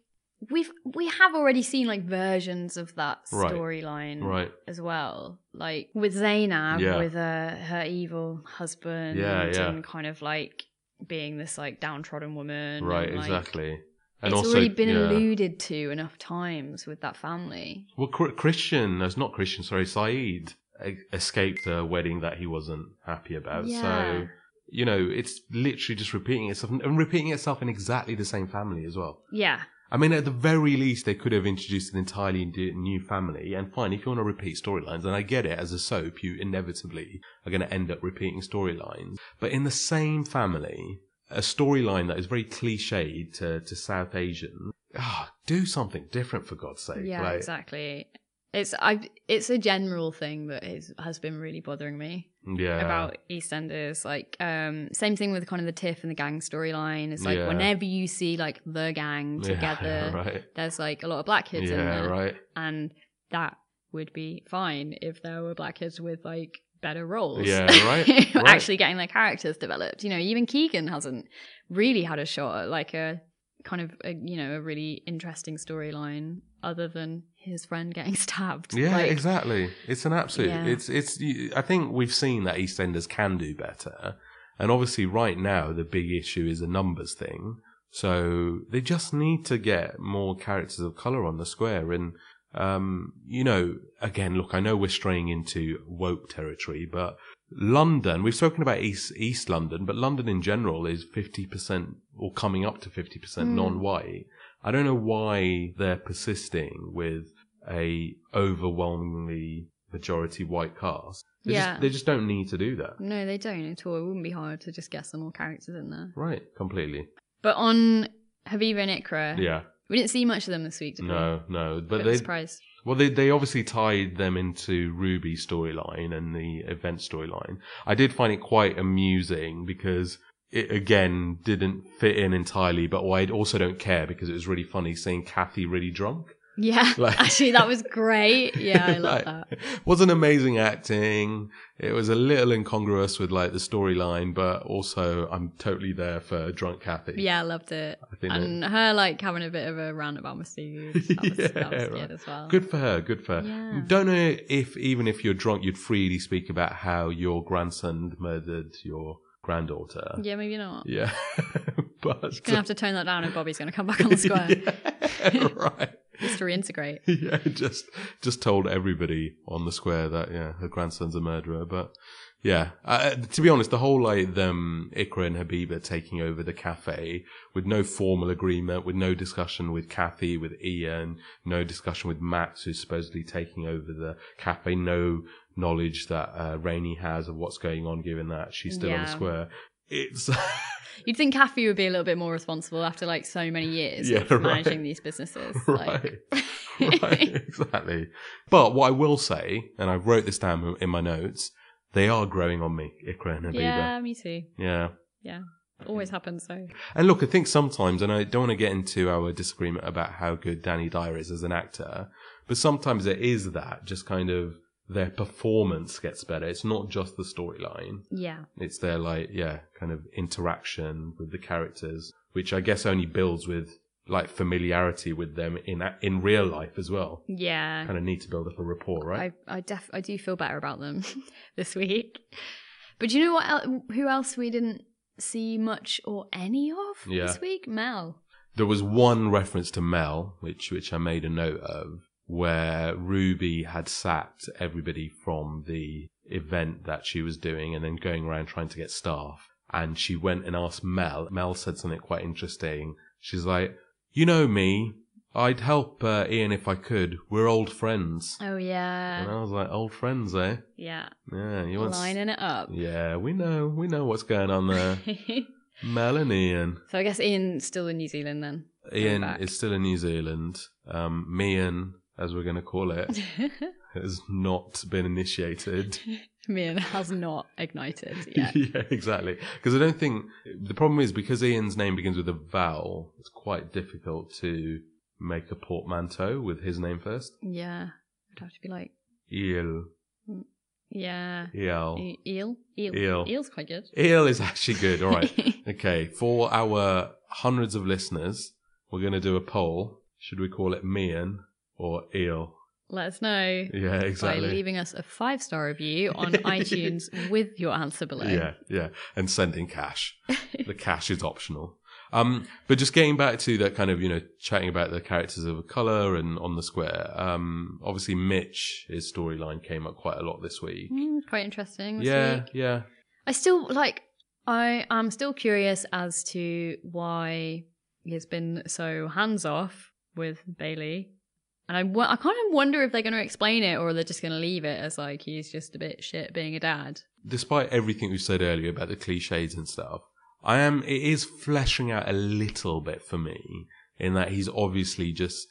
Speaker 5: we've we have already seen like versions of that
Speaker 4: Right.
Speaker 5: storyline
Speaker 4: Right.
Speaker 5: as well like with zainab
Speaker 4: Yeah.
Speaker 5: with uh, her evil husband
Speaker 4: Yeah, yeah.
Speaker 5: and kind of like being this like downtrodden woman
Speaker 4: Right,
Speaker 5: and, like,
Speaker 4: exactly.
Speaker 5: it's already been alluded to enough times with that family
Speaker 4: Well, Chr- Christian, that's not Christian, sorry, Saeed e- escaped a wedding that he wasn't happy about.
Speaker 5: Yeah.
Speaker 4: So, you know, it's literally just repeating itself and repeating itself in exactly the same family as well.
Speaker 5: yeah
Speaker 4: I mean, at the very least, they could have introduced an entirely d- new family. And fine, if you want to repeat storylines, and I get it, as a soap, you inevitably are going to end up repeating storylines. But in the same family, a storyline that is very cliched to, to South Asian, ah, do something different for God's sake.
Speaker 5: yeah
Speaker 4: Like,
Speaker 5: exactly it's i it's a general thing that is, has been really bothering me
Speaker 4: Yeah.
Speaker 5: about EastEnders. Like, um, same thing with kind of the Tiff and the gang storyline. It's like
Speaker 4: Yeah.
Speaker 5: whenever you see like the gang
Speaker 4: <laughs> Yeah, <laughs>
Speaker 5: together,
Speaker 4: right.
Speaker 5: there's like a lot of black kids in
Speaker 4: yeah,
Speaker 5: there,
Speaker 4: right.
Speaker 5: and that would be fine if there were black kids with like better roles. <laughs>
Speaker 4: Yeah, right, right.
Speaker 5: Actually, getting their characters developed. You know, even Keegan hasn't really had a shot at like a kind of a, you know a really interesting storyline other than his friend getting <laughs> stabbed.
Speaker 4: Yeah,
Speaker 5: Like,
Speaker 4: exactly. It's an absolute.
Speaker 5: Yeah.
Speaker 4: It's it's. you- I think we've seen that EastEnders can do better, and obviously, right now the big issue is a numbers thing. So they just need to get more characters of color on the square, and um, you know, again, look, I know we're straying into woke territory, but London, we've spoken about East East London, but London in general is fifty percent or coming up to fifty percent
Speaker 5: Mm.
Speaker 4: non-white. I don't know why they're persisting with a overwhelmingly majority white cast. They
Speaker 5: Yeah.
Speaker 4: just, they just don't need to do that.
Speaker 5: No, they don't at all. It wouldn't be hard to just get some more characters in there.
Speaker 4: Right, completely.
Speaker 5: But on Haviva and Ikra,
Speaker 4: Yeah,
Speaker 5: we didn't see much of them this week. Did
Speaker 4: no, no,
Speaker 5: we?
Speaker 4: but
Speaker 5: Bit of a
Speaker 4: they
Speaker 5: surprise.
Speaker 4: well they they obviously tied them into Ruby's storyline and the event storyline. I did find it quite amusing because it again didn't fit in entirely, but I also don't care because it was really funny seeing Kathy really drunk.
Speaker 5: Yeah,
Speaker 4: <laughs> Like-
Speaker 5: actually, that was great.
Speaker 4: <laughs>
Speaker 5: Yeah, I love
Speaker 4: Like,
Speaker 5: that.
Speaker 4: Wasn't amazing acting. It was a little incongruous with like the storyline, but also I'm totally there for drunk Kathy.
Speaker 5: Yeah, I loved it.
Speaker 4: I think
Speaker 5: And her like having a bit of a rant about Masood. That was, that was
Speaker 4: <laughs> Yeah,
Speaker 5: good
Speaker 4: right.
Speaker 5: as well.
Speaker 4: that- good for her. Good for her.
Speaker 5: Yeah.
Speaker 4: Don't know if even if you're drunk, you'd freely speak about how your grandson murdered your granddaughter.
Speaker 5: Yeah, maybe not.
Speaker 4: Yeah, <laughs> but
Speaker 5: Gonna have to tone that
Speaker 4: <laughs>
Speaker 5: down, and Bobby's gonna come back on the square
Speaker 4: Yeah, right.
Speaker 5: just to reintegrate.
Speaker 4: <laughs> yeah, just just told everybody on the square that yeah, her grandson's a murderer. But yeah, uh, to be honest, the whole like them Ikra and Habiba taking over the cafe with no formal agreement, with no discussion with Kathy, with Ian, no discussion with Max, who's supposedly taking over the cafe, no knowledge that uh, Rainey has of what's going on, given that she's still on
Speaker 5: Yeah.
Speaker 4: the square. It's <laughs>
Speaker 5: You'd think Kathy would be a little bit more responsible after like so many years
Speaker 4: Yeah, <laughs>
Speaker 5: of
Speaker 4: right.
Speaker 5: managing these businesses. Like,
Speaker 4: <laughs> right. right,
Speaker 5: <laughs>
Speaker 4: exactly. But what I will say, and I wrote this down in my notes, they are growing on me, Ikra and Habiba.
Speaker 5: yeah, me too.
Speaker 4: Yeah.
Speaker 5: Always happens. So
Speaker 4: And look, I think sometimes, and I don't want to get into our disagreement about how good Danny Dyer is as an actor, but sometimes it is that just kind of their performance gets better. It's not just the storyline.
Speaker 5: yeah,
Speaker 4: It's their like, yeah, kind of interaction with the characters, which I guess only builds with like familiarity with them in in real life as well.
Speaker 5: yeah.
Speaker 4: Kind of need to build up a rapport, right?
Speaker 5: I I def I do feel better about them <laughs> this week. But do you know what? El- who else we didn't see much or any of
Speaker 4: Yeah.
Speaker 5: this week? Mel.
Speaker 4: There was one reference to Mel, which which I made a note of, where Ruby had sacked everybody from the event that she was doing, and then going around trying to get staff. And she went and asked Mel. Mel said something quite interesting. She's like, "You know me. I'd help uh, Ian if I could. We're old friends."
Speaker 5: Oh
Speaker 4: And
Speaker 5: yeah,
Speaker 4: I was like, "Old friends, eh?
Speaker 5: yeah.
Speaker 4: Yeah, you want? s-
Speaker 5: Lining it up.
Speaker 4: Yeah, we know, we know what's going on
Speaker 5: <laughs>
Speaker 4: there.
Speaker 5: so
Speaker 4: Mel and Ian.
Speaker 5: I guess Ian's still in New Zealand then. <laughs>
Speaker 4: Ian
Speaker 5: back.
Speaker 4: is still in New Zealand. Um, Mian, as we're going to call
Speaker 5: <laughs>
Speaker 4: it, has not been initiated.
Speaker 5: Mian has not
Speaker 4: <laughs>
Speaker 5: ignited yet.
Speaker 4: yeah, exactly. Because I don't think the problem is because Ian's name begins with a vowel, it's quite difficult to make a portmanteau with his name first.
Speaker 5: yeah, I'd have to be like,
Speaker 4: Eel.
Speaker 5: yeah,
Speaker 4: Eel.
Speaker 5: E- eel, eel,
Speaker 4: Oh. Eel.
Speaker 5: eel's quite good.
Speaker 4: Eel is actually good.
Speaker 5: <laughs>
Speaker 4: All right. okay. For our hundreds of listeners, we're going to do a poll. Should we call it Mean or Eel?
Speaker 5: Let us know
Speaker 4: Yeah, exactly.
Speaker 5: by leaving us a five star review
Speaker 4: <laughs>
Speaker 5: on iTunes with your answer below.
Speaker 4: Yeah, yeah, and sending
Speaker 5: <laughs>
Speaker 4: cash. the cash is optional. Um, but just getting back to that kind of you know chatting about the characters of color and on the square. Um, obviously Mitch his storyline came up quite a lot this week.
Speaker 5: Hmm, quite interesting. This
Speaker 4: yeah,
Speaker 5: week.
Speaker 4: yeah,
Speaker 5: I still like. I am still curious as to why he's been so hands off with Bailey, and I, wo- I kind of wonder if they're going to explain it or they're just going to leave it as like he's just a bit shit being a dad.
Speaker 4: despite everything we said earlier about the cliches and stuff, I am it is fleshing out a little bit for me in that he's obviously just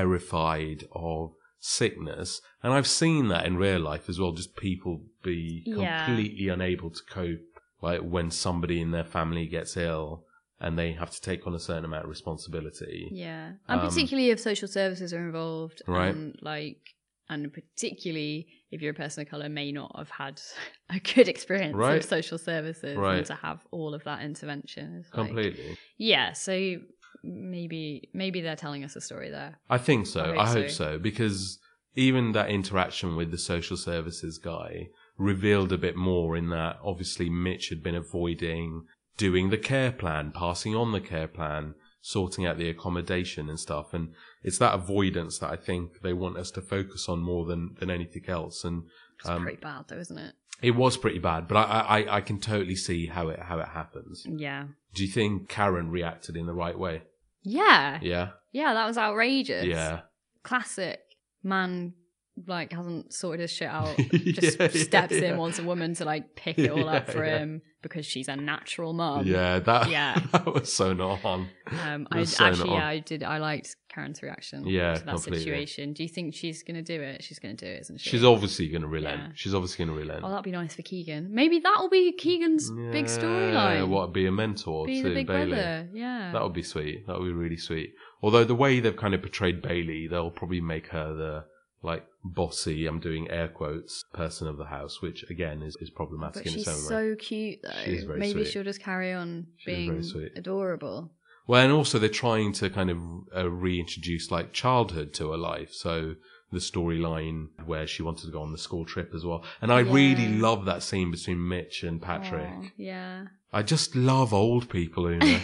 Speaker 4: terrified of sickness, and I've seen that in real life as well. Just people be
Speaker 5: Yeah.
Speaker 4: completely unable to cope, like when somebody in their family gets ill and they have to take on a certain amount of responsibility.
Speaker 5: Yeah, and
Speaker 4: Um,
Speaker 5: particularly if social services are involved,
Speaker 4: Right.
Speaker 5: And like, and particularly if you're a person of color, may not have had <laughs> a good experience
Speaker 4: Right.
Speaker 5: of social services,
Speaker 4: Right.
Speaker 5: and to have all of that intervention is like,
Speaker 4: Completely.
Speaker 5: Yeah, so maybe maybe they're telling us a story there.
Speaker 4: I think so. I hope,
Speaker 5: hope
Speaker 4: so. because even that interaction with the social services guy revealed a bit more in that obviously Mitch had been avoiding doing the care plan, passing on the care plan, sorting out the accommodation and stuff. And it's that avoidance that I think they want us to focus on more than, than anything else. And
Speaker 5: It's
Speaker 4: Um,
Speaker 5: pretty bad though, isn't it?
Speaker 4: it was pretty bad, but I, I, I can totally see how it, how it happens.
Speaker 5: Yeah.
Speaker 4: Do you think Karen reacted in the right way?
Speaker 5: Yeah.
Speaker 4: Yeah.
Speaker 5: Yeah, that was outrageous.
Speaker 4: Yeah.
Speaker 5: Classic man like hasn't sorted his
Speaker 4: <laughs>
Speaker 5: shit out. Just
Speaker 4: Yeah, yeah,
Speaker 5: steps in,
Speaker 4: yeah.
Speaker 5: wants a woman to like pick it all up
Speaker 4: <laughs> Yeah,
Speaker 5: for
Speaker 4: yeah.
Speaker 5: him because she's a natural mom.
Speaker 4: yeah, that
Speaker 5: Um, yeah.
Speaker 4: <laughs> that was so not on.
Speaker 5: Um,
Speaker 4: It
Speaker 5: I
Speaker 4: was so
Speaker 5: actually,
Speaker 4: not
Speaker 5: yeah, I did. I liked Karen's reaction
Speaker 4: Yeah,
Speaker 5: to that
Speaker 4: completely.
Speaker 5: situation. Do you think she's gonna do it? She's gonna do it, isn't she?
Speaker 4: She's obviously going to relent.
Speaker 5: Yeah.
Speaker 4: She's obviously going to relent.
Speaker 5: Oh, that'd be nice for Keegan. Maybe that'll be Keegan's big
Speaker 4: Yeah,
Speaker 5: storyline.
Speaker 4: What be a mentor
Speaker 5: be
Speaker 4: to
Speaker 5: the big
Speaker 4: Bailey?
Speaker 5: brother? Yeah.
Speaker 4: That would be sweet. That would be really sweet. Although the way they've kind of portrayed Bailey, they'll probably make her the like bossy. I'm doing air quotes person of the house, which again is, is problematic
Speaker 5: But
Speaker 4: in its
Speaker 5: she's
Speaker 4: own way.
Speaker 5: so cute though.
Speaker 4: She is very
Speaker 5: Maybe
Speaker 4: sweet.
Speaker 5: she'll just carry on
Speaker 4: She is very
Speaker 5: being
Speaker 4: sweet.
Speaker 5: adorable.
Speaker 4: Well, and also they're trying to kind of uh, reintroduce like childhood to her life. So the storyline where she wanted to go on the school trip as well. And I really
Speaker 5: Yeah.
Speaker 4: love that scene between Mitch and Patrick.
Speaker 5: Aw,
Speaker 4: <laughs>
Speaker 5: yeah.
Speaker 4: I just love old people,
Speaker 5: <laughs>
Speaker 4: Una.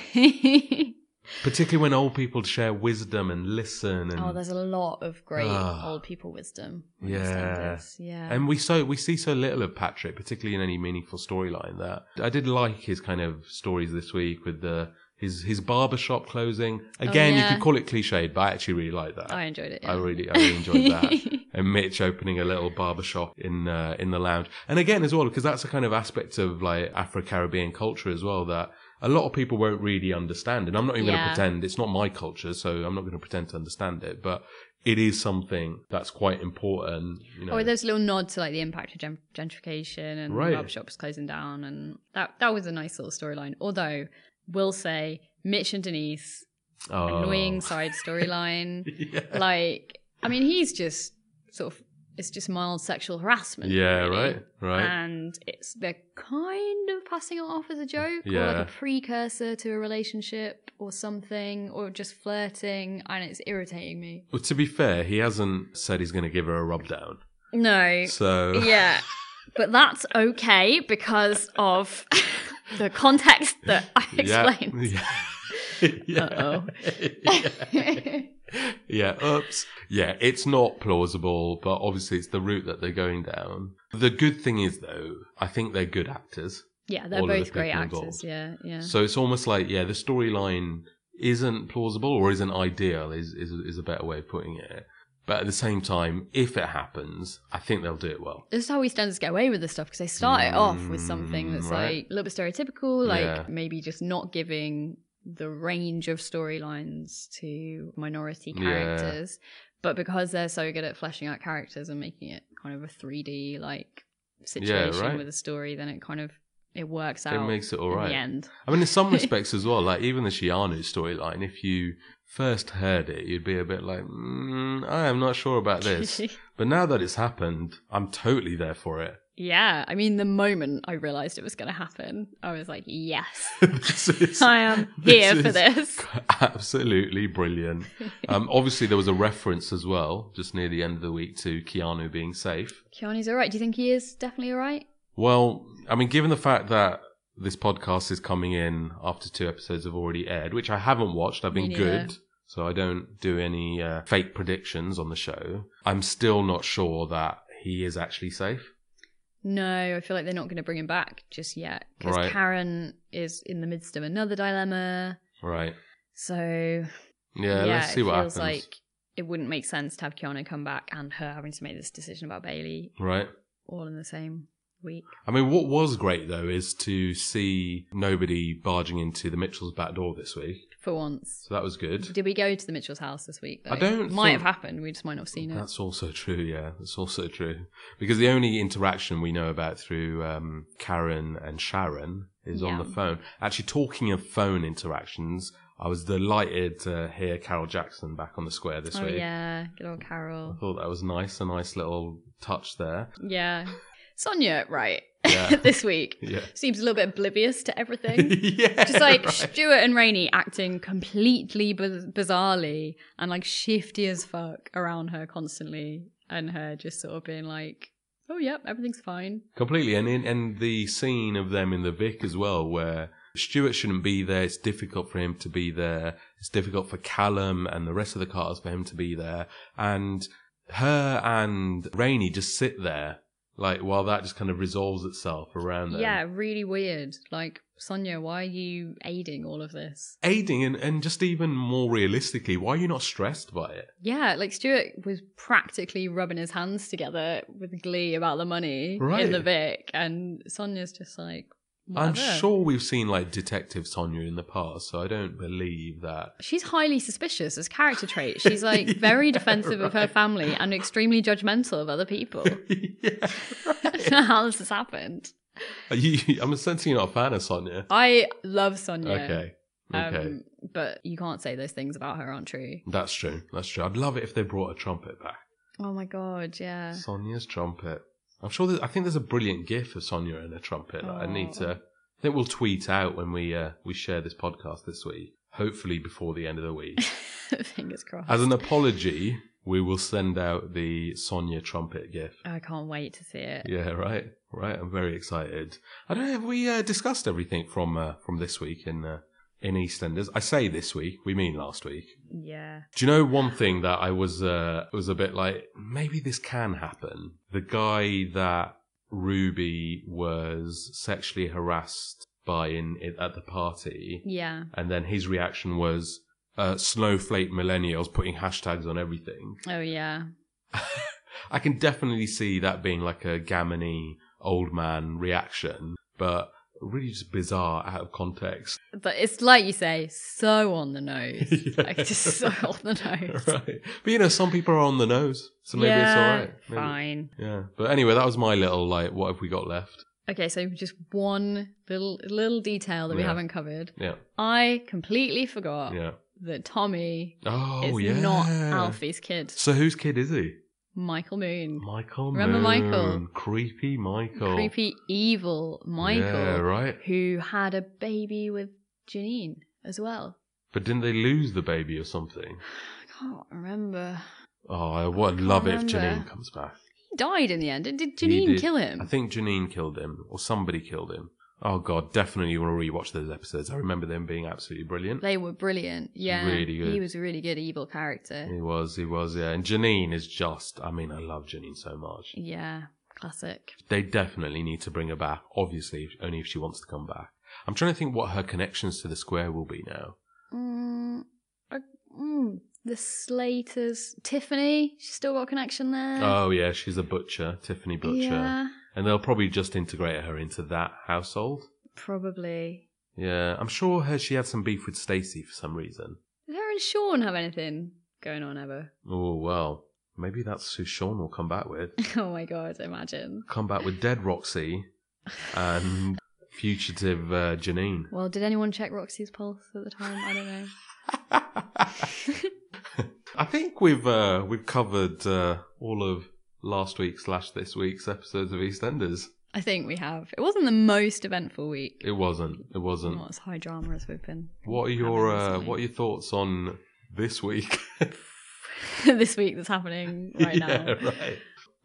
Speaker 4: Particularly when old people share wisdom and listen and
Speaker 5: oh, there's a lot of great
Speaker 4: Ah.
Speaker 5: old people wisdom. in
Speaker 4: Yeah.
Speaker 5: EastEnders. Yeah.
Speaker 4: and we so we see so little of Patrick, particularly in any meaningful storyline. That I did like his kind of stories this week with the his his barber shop closing. Again, you
Speaker 5: Oh, yeah. Oh,
Speaker 4: could call it cliched, but I actually really like that.
Speaker 5: I enjoyed it.
Speaker 4: I
Speaker 5: yeah.
Speaker 4: really, I really enjoyed
Speaker 5: <laughs>
Speaker 4: that. and Mitch opening a little barber shop in uh, in the lounge, and again as well because that's a kind of aspect of like Afro Caribbean culture as well that a lot of people won't really understand. And I'm not even going
Speaker 5: Yeah.
Speaker 4: to pretend it's not my culture, so I'm not going to pretend to understand it. But it is something that's quite important. You know,
Speaker 5: Or there's a little nod to like the impact of gen- gentrification and
Speaker 4: Right.
Speaker 5: barber shops closing down, and that that was a nice little storyline. Although, will say Mitch and Denise
Speaker 4: Oh.
Speaker 5: annoying side storyline.
Speaker 4: <laughs> Yeah.
Speaker 5: like i mean he's just sort of it's just mild sexual harassment
Speaker 4: Yeah,
Speaker 5: really. Uh.
Speaker 4: right, right.
Speaker 5: and it's they're kind of passing it off as a joke or
Speaker 4: Yeah.
Speaker 5: like a precursor to a relationship or something or just flirting and it's irritating me
Speaker 4: Well, to be fair, he hasn't said he's going to give her a rub down.
Speaker 5: no
Speaker 4: So
Speaker 5: yeah but that's okay because of
Speaker 4: <laughs>
Speaker 5: the context that i <laughs>
Speaker 4: yeah,
Speaker 5: explained
Speaker 4: yeah. <laughs> yeah.
Speaker 5: Uh-oh.
Speaker 4: <laughs> yeah. yeah, oops. Yeah, it's not plausible, but obviously it's the route that they're going down. The good thing is, though, I think they're good actors.
Speaker 5: <laughs> yeah they're
Speaker 4: All of the
Speaker 5: both great
Speaker 4: people involved.
Speaker 5: actors yeah yeah
Speaker 4: So it's almost like, yeah, the storyline isn't plausible or isn't ideal, is, is, is a better way of putting it. But at the same time, if it happens, I think they'll do it well.
Speaker 5: this is how EastEnders get away with this stuff because they start it off with something
Speaker 4: Mm,
Speaker 5: that's
Speaker 4: right.
Speaker 5: like a little bit stereotypical, like
Speaker 4: Yeah.
Speaker 5: maybe just not giving the range of storylines to minority
Speaker 4: Yeah.
Speaker 5: characters. But because they're so good at fleshing out characters and making it kind of a 3D like situation
Speaker 4: right.
Speaker 5: with a story, then it kind of it works
Speaker 4: It
Speaker 5: out
Speaker 4: makes it all
Speaker 5: in
Speaker 4: right.
Speaker 5: the end.
Speaker 4: I mean, in
Speaker 5: <laughs>
Speaker 4: some respects as well, like even the Shianu storyline, if you first heard it, you'd be a bit like,
Speaker 5: <laughs>
Speaker 4: mm, I am not sure about this. But now that it's happened, I'm totally there for it.
Speaker 5: Yeah, I mean, the moment I realized it was going to happen, I was like, yes,
Speaker 4: <laughs> This is-
Speaker 5: I am here
Speaker 4: this
Speaker 5: for
Speaker 4: is
Speaker 5: this. <laughs>
Speaker 4: Absolutely brilliant. Um, obviously, there was a reference as well, just near the end of the week, to Keanu being safe.
Speaker 5: Keanu's all right. Do you think he is definitely all right?
Speaker 4: Well, I mean, given the fact that this podcast is coming in after two episodes have already aired, which I haven't watched, I've
Speaker 5: Me
Speaker 4: been
Speaker 5: neither.
Speaker 4: good, so I don't do any uh, fake predictions on the show. I'm still not sure that he is actually safe.
Speaker 5: No, I feel like they're not going to bring him back just yet because
Speaker 4: Right.
Speaker 5: Karen is in the midst of another dilemma.
Speaker 4: Right.
Speaker 5: So
Speaker 4: Yeah, let's see
Speaker 5: it
Speaker 4: what
Speaker 5: feels
Speaker 4: happens.
Speaker 5: like it wouldn't make sense to have Keanu come back and her having to make this decision about Bailey
Speaker 4: Right.
Speaker 5: all in the same week.
Speaker 4: I mean, what was great though is to see nobody barging into the Mitchells' back door this week.
Speaker 5: For once,
Speaker 4: So that was good.
Speaker 5: did we go to the Mitchell's house this week?
Speaker 4: I
Speaker 5: though?
Speaker 4: don't
Speaker 5: Might
Speaker 4: think-
Speaker 5: have happened. We just might not have seen it.
Speaker 4: That's also true, yeah. That's also true. Because the only interaction we know about through um, Karen and Sharon is on
Speaker 5: Yeah.
Speaker 4: the phone. Actually, talking of phone interactions, I was delighted to hear Carol Jackson back on the square this
Speaker 5: oh
Speaker 4: week.
Speaker 5: yeah, good old
Speaker 4: I <laughs>
Speaker 5: Carol.
Speaker 4: thought that was nice, a nice little touch
Speaker 5: <laughs>
Speaker 4: there.
Speaker 5: Yeah, Sonia, right?
Speaker 4: Yeah.
Speaker 5: <laughs> this week
Speaker 4: <laughs> Yeah.
Speaker 5: seems a little bit oblivious to
Speaker 4: <laughs>
Speaker 5: everything.
Speaker 4: yeah.
Speaker 5: just like
Speaker 4: right.
Speaker 5: Stuart and Rainey acting completely biz- bizarrely and like shifty as fuck around her constantly, and her just sort of being like, "Oh yep, everything's fine."
Speaker 4: Completely, and in, and the scene of them in the Vic as well, where Stuart shouldn't be there. It's difficult for him to be there. It's difficult for Callum and the rest of the Carters for him to be there. And her and Rainey just sit there, like while that just kind of resolves itself around them.
Speaker 5: Yeah, really weird. Like Sonia, why are you aiding all of this?
Speaker 4: aiding and, and just even more realistically, why are you not stressed by it?
Speaker 5: Yeah, like Stuart was practically rubbing his hands together with glee about the money
Speaker 4: Right.
Speaker 5: in the Vic, and Sonia's just like,
Speaker 4: I'm
Speaker 5: whatever.
Speaker 4: sure we've seen like Detective Sonia in the past, so I don't believe that. <laughs>
Speaker 5: <laughs> She's highly suspicious as character trait. She's like very
Speaker 4: Yeah,
Speaker 5: defensive of her
Speaker 4: right.
Speaker 5: family and extremely judgmental of other
Speaker 4: <laughs>
Speaker 5: people. <laughs>
Speaker 4: yeah,
Speaker 5: I don't know how this has happened.
Speaker 4: Are you, I'm sensing you're not a fan of Sonia.
Speaker 5: I love Sonia.
Speaker 4: Okay. Okay.
Speaker 5: Um, but you can't say those things about her aren't true.
Speaker 4: That's true. That's true. I'd love it if they brought a trumpet back.
Speaker 5: Oh my god, yeah.
Speaker 4: Sonia's trumpet. I'm sure. That, I think there's a brilliant GIF of Sonia and a trumpet. that I need
Speaker 5: Oh.
Speaker 4: to. I think we'll tweet out when we uh, we share this podcast this week. Hopefully before the end of the week.
Speaker 5: <laughs> <laughs> Fingers crossed.
Speaker 4: As an apology, we will send out the Sonia trumpet GIF.
Speaker 5: I can't wait to see it.
Speaker 4: Yeah. Right. Right. I'm very excited. I don't know. Have we uh, discussed everything from uh, from this week in uh, in EastEnders? I say this week. We mean last week.
Speaker 5: Yeah.
Speaker 4: Do you know one thing that I was uh, was a bit like maybe this can happen? The guy that Ruby was sexually harassed by in, in at the party,
Speaker 5: Yeah.
Speaker 4: and then his reaction was uh, snowflake millennials putting hashtags on everything.
Speaker 5: Oh yeah.
Speaker 4: I can definitely see that being like a gammony old man reaction, but really just bizarre out of
Speaker 5: <laughs>
Speaker 4: context.
Speaker 5: But it's like you say, so on the nose.
Speaker 4: <laughs> Yeah.
Speaker 5: Like just so on
Speaker 4: <laughs>
Speaker 5: the nose.
Speaker 4: right, but you know, some people are on the nose, so maybe it's all
Speaker 5: Yeah,
Speaker 4: right. Maybe-
Speaker 5: Fine.
Speaker 4: Yeah. But anyway, that was my little like, what have we got left?
Speaker 5: Okay, so just one little little detail that we
Speaker 4: Yeah.
Speaker 5: haven't covered.
Speaker 4: Yeah.
Speaker 5: I completely forgot
Speaker 4: Yeah.
Speaker 5: that Tommy
Speaker 4: Oh
Speaker 5: is
Speaker 4: yeah.
Speaker 5: Uh, not Alfie's kid,
Speaker 4: So whose kid is he?
Speaker 5: Michael Moon.
Speaker 4: Michael.
Speaker 5: Remember
Speaker 4: Moon.
Speaker 5: Michael?
Speaker 4: Creepy Michael.
Speaker 5: Creepy, evil Michael,
Speaker 4: Oh. Yeah. Right.
Speaker 5: who had a baby with Janine as well.
Speaker 4: But didn't they lose the baby or something?
Speaker 5: I can't remember.
Speaker 4: Oh, I would
Speaker 5: can't
Speaker 4: love it if
Speaker 5: remember.
Speaker 4: Janine comes back.
Speaker 5: He died in the end. Did- Did
Speaker 4: He
Speaker 5: Janine
Speaker 4: did.
Speaker 5: kill him?
Speaker 4: I think Janine killed him, or somebody killed him. Oh god, definitely want to rewatch those episodes. I remember them being absolutely brilliant.
Speaker 5: they were brilliant. Yeah,
Speaker 4: Really good.
Speaker 5: he was a really good evil character.
Speaker 4: He was, he was, yeah. And Janine is just—I mean, I love Janine so much.
Speaker 5: Yeah, classic.
Speaker 4: they definitely need to bring her back. Obviously, if- only if she wants to come back. I'm trying to think what her connections to the square will be now.
Speaker 5: Mm, I- mm, the Slaters, Tiffany. She's still got a connection there.
Speaker 4: Oh yeah, she's a butcher, Tiffany Butcher,
Speaker 5: Mm. Yeah,
Speaker 4: and they'll probably just integrate her into that household.
Speaker 5: probably.
Speaker 4: Yeah, I'm sure her she had some beef with Stacy for some reason.
Speaker 5: Did her and Sean have anything going on ever? <laughs>
Speaker 4: Oh well, maybe that's who Sean will come back with.
Speaker 5: Oh my god, imagine.
Speaker 4: Come back with dead Roxy and fugitive uh, Janine.
Speaker 5: Well, did anyone check Roxy's pulse at the time? I don't know.
Speaker 4: I think we've uh, we've covered uh, all of last week slash this week's episodes of EastEnders.
Speaker 5: I think we have. It wasn't the most eventful week.
Speaker 4: It wasn't. It wasn't.
Speaker 5: Not as high drama as we've been.
Speaker 4: What are your
Speaker 5: having
Speaker 4: uh,
Speaker 5: recently. <laughs>
Speaker 4: What are your thoughts on this week?
Speaker 5: this week
Speaker 4: <laughs>
Speaker 5: that's happening <laughs> right
Speaker 4: yeah,
Speaker 5: now?
Speaker 4: right.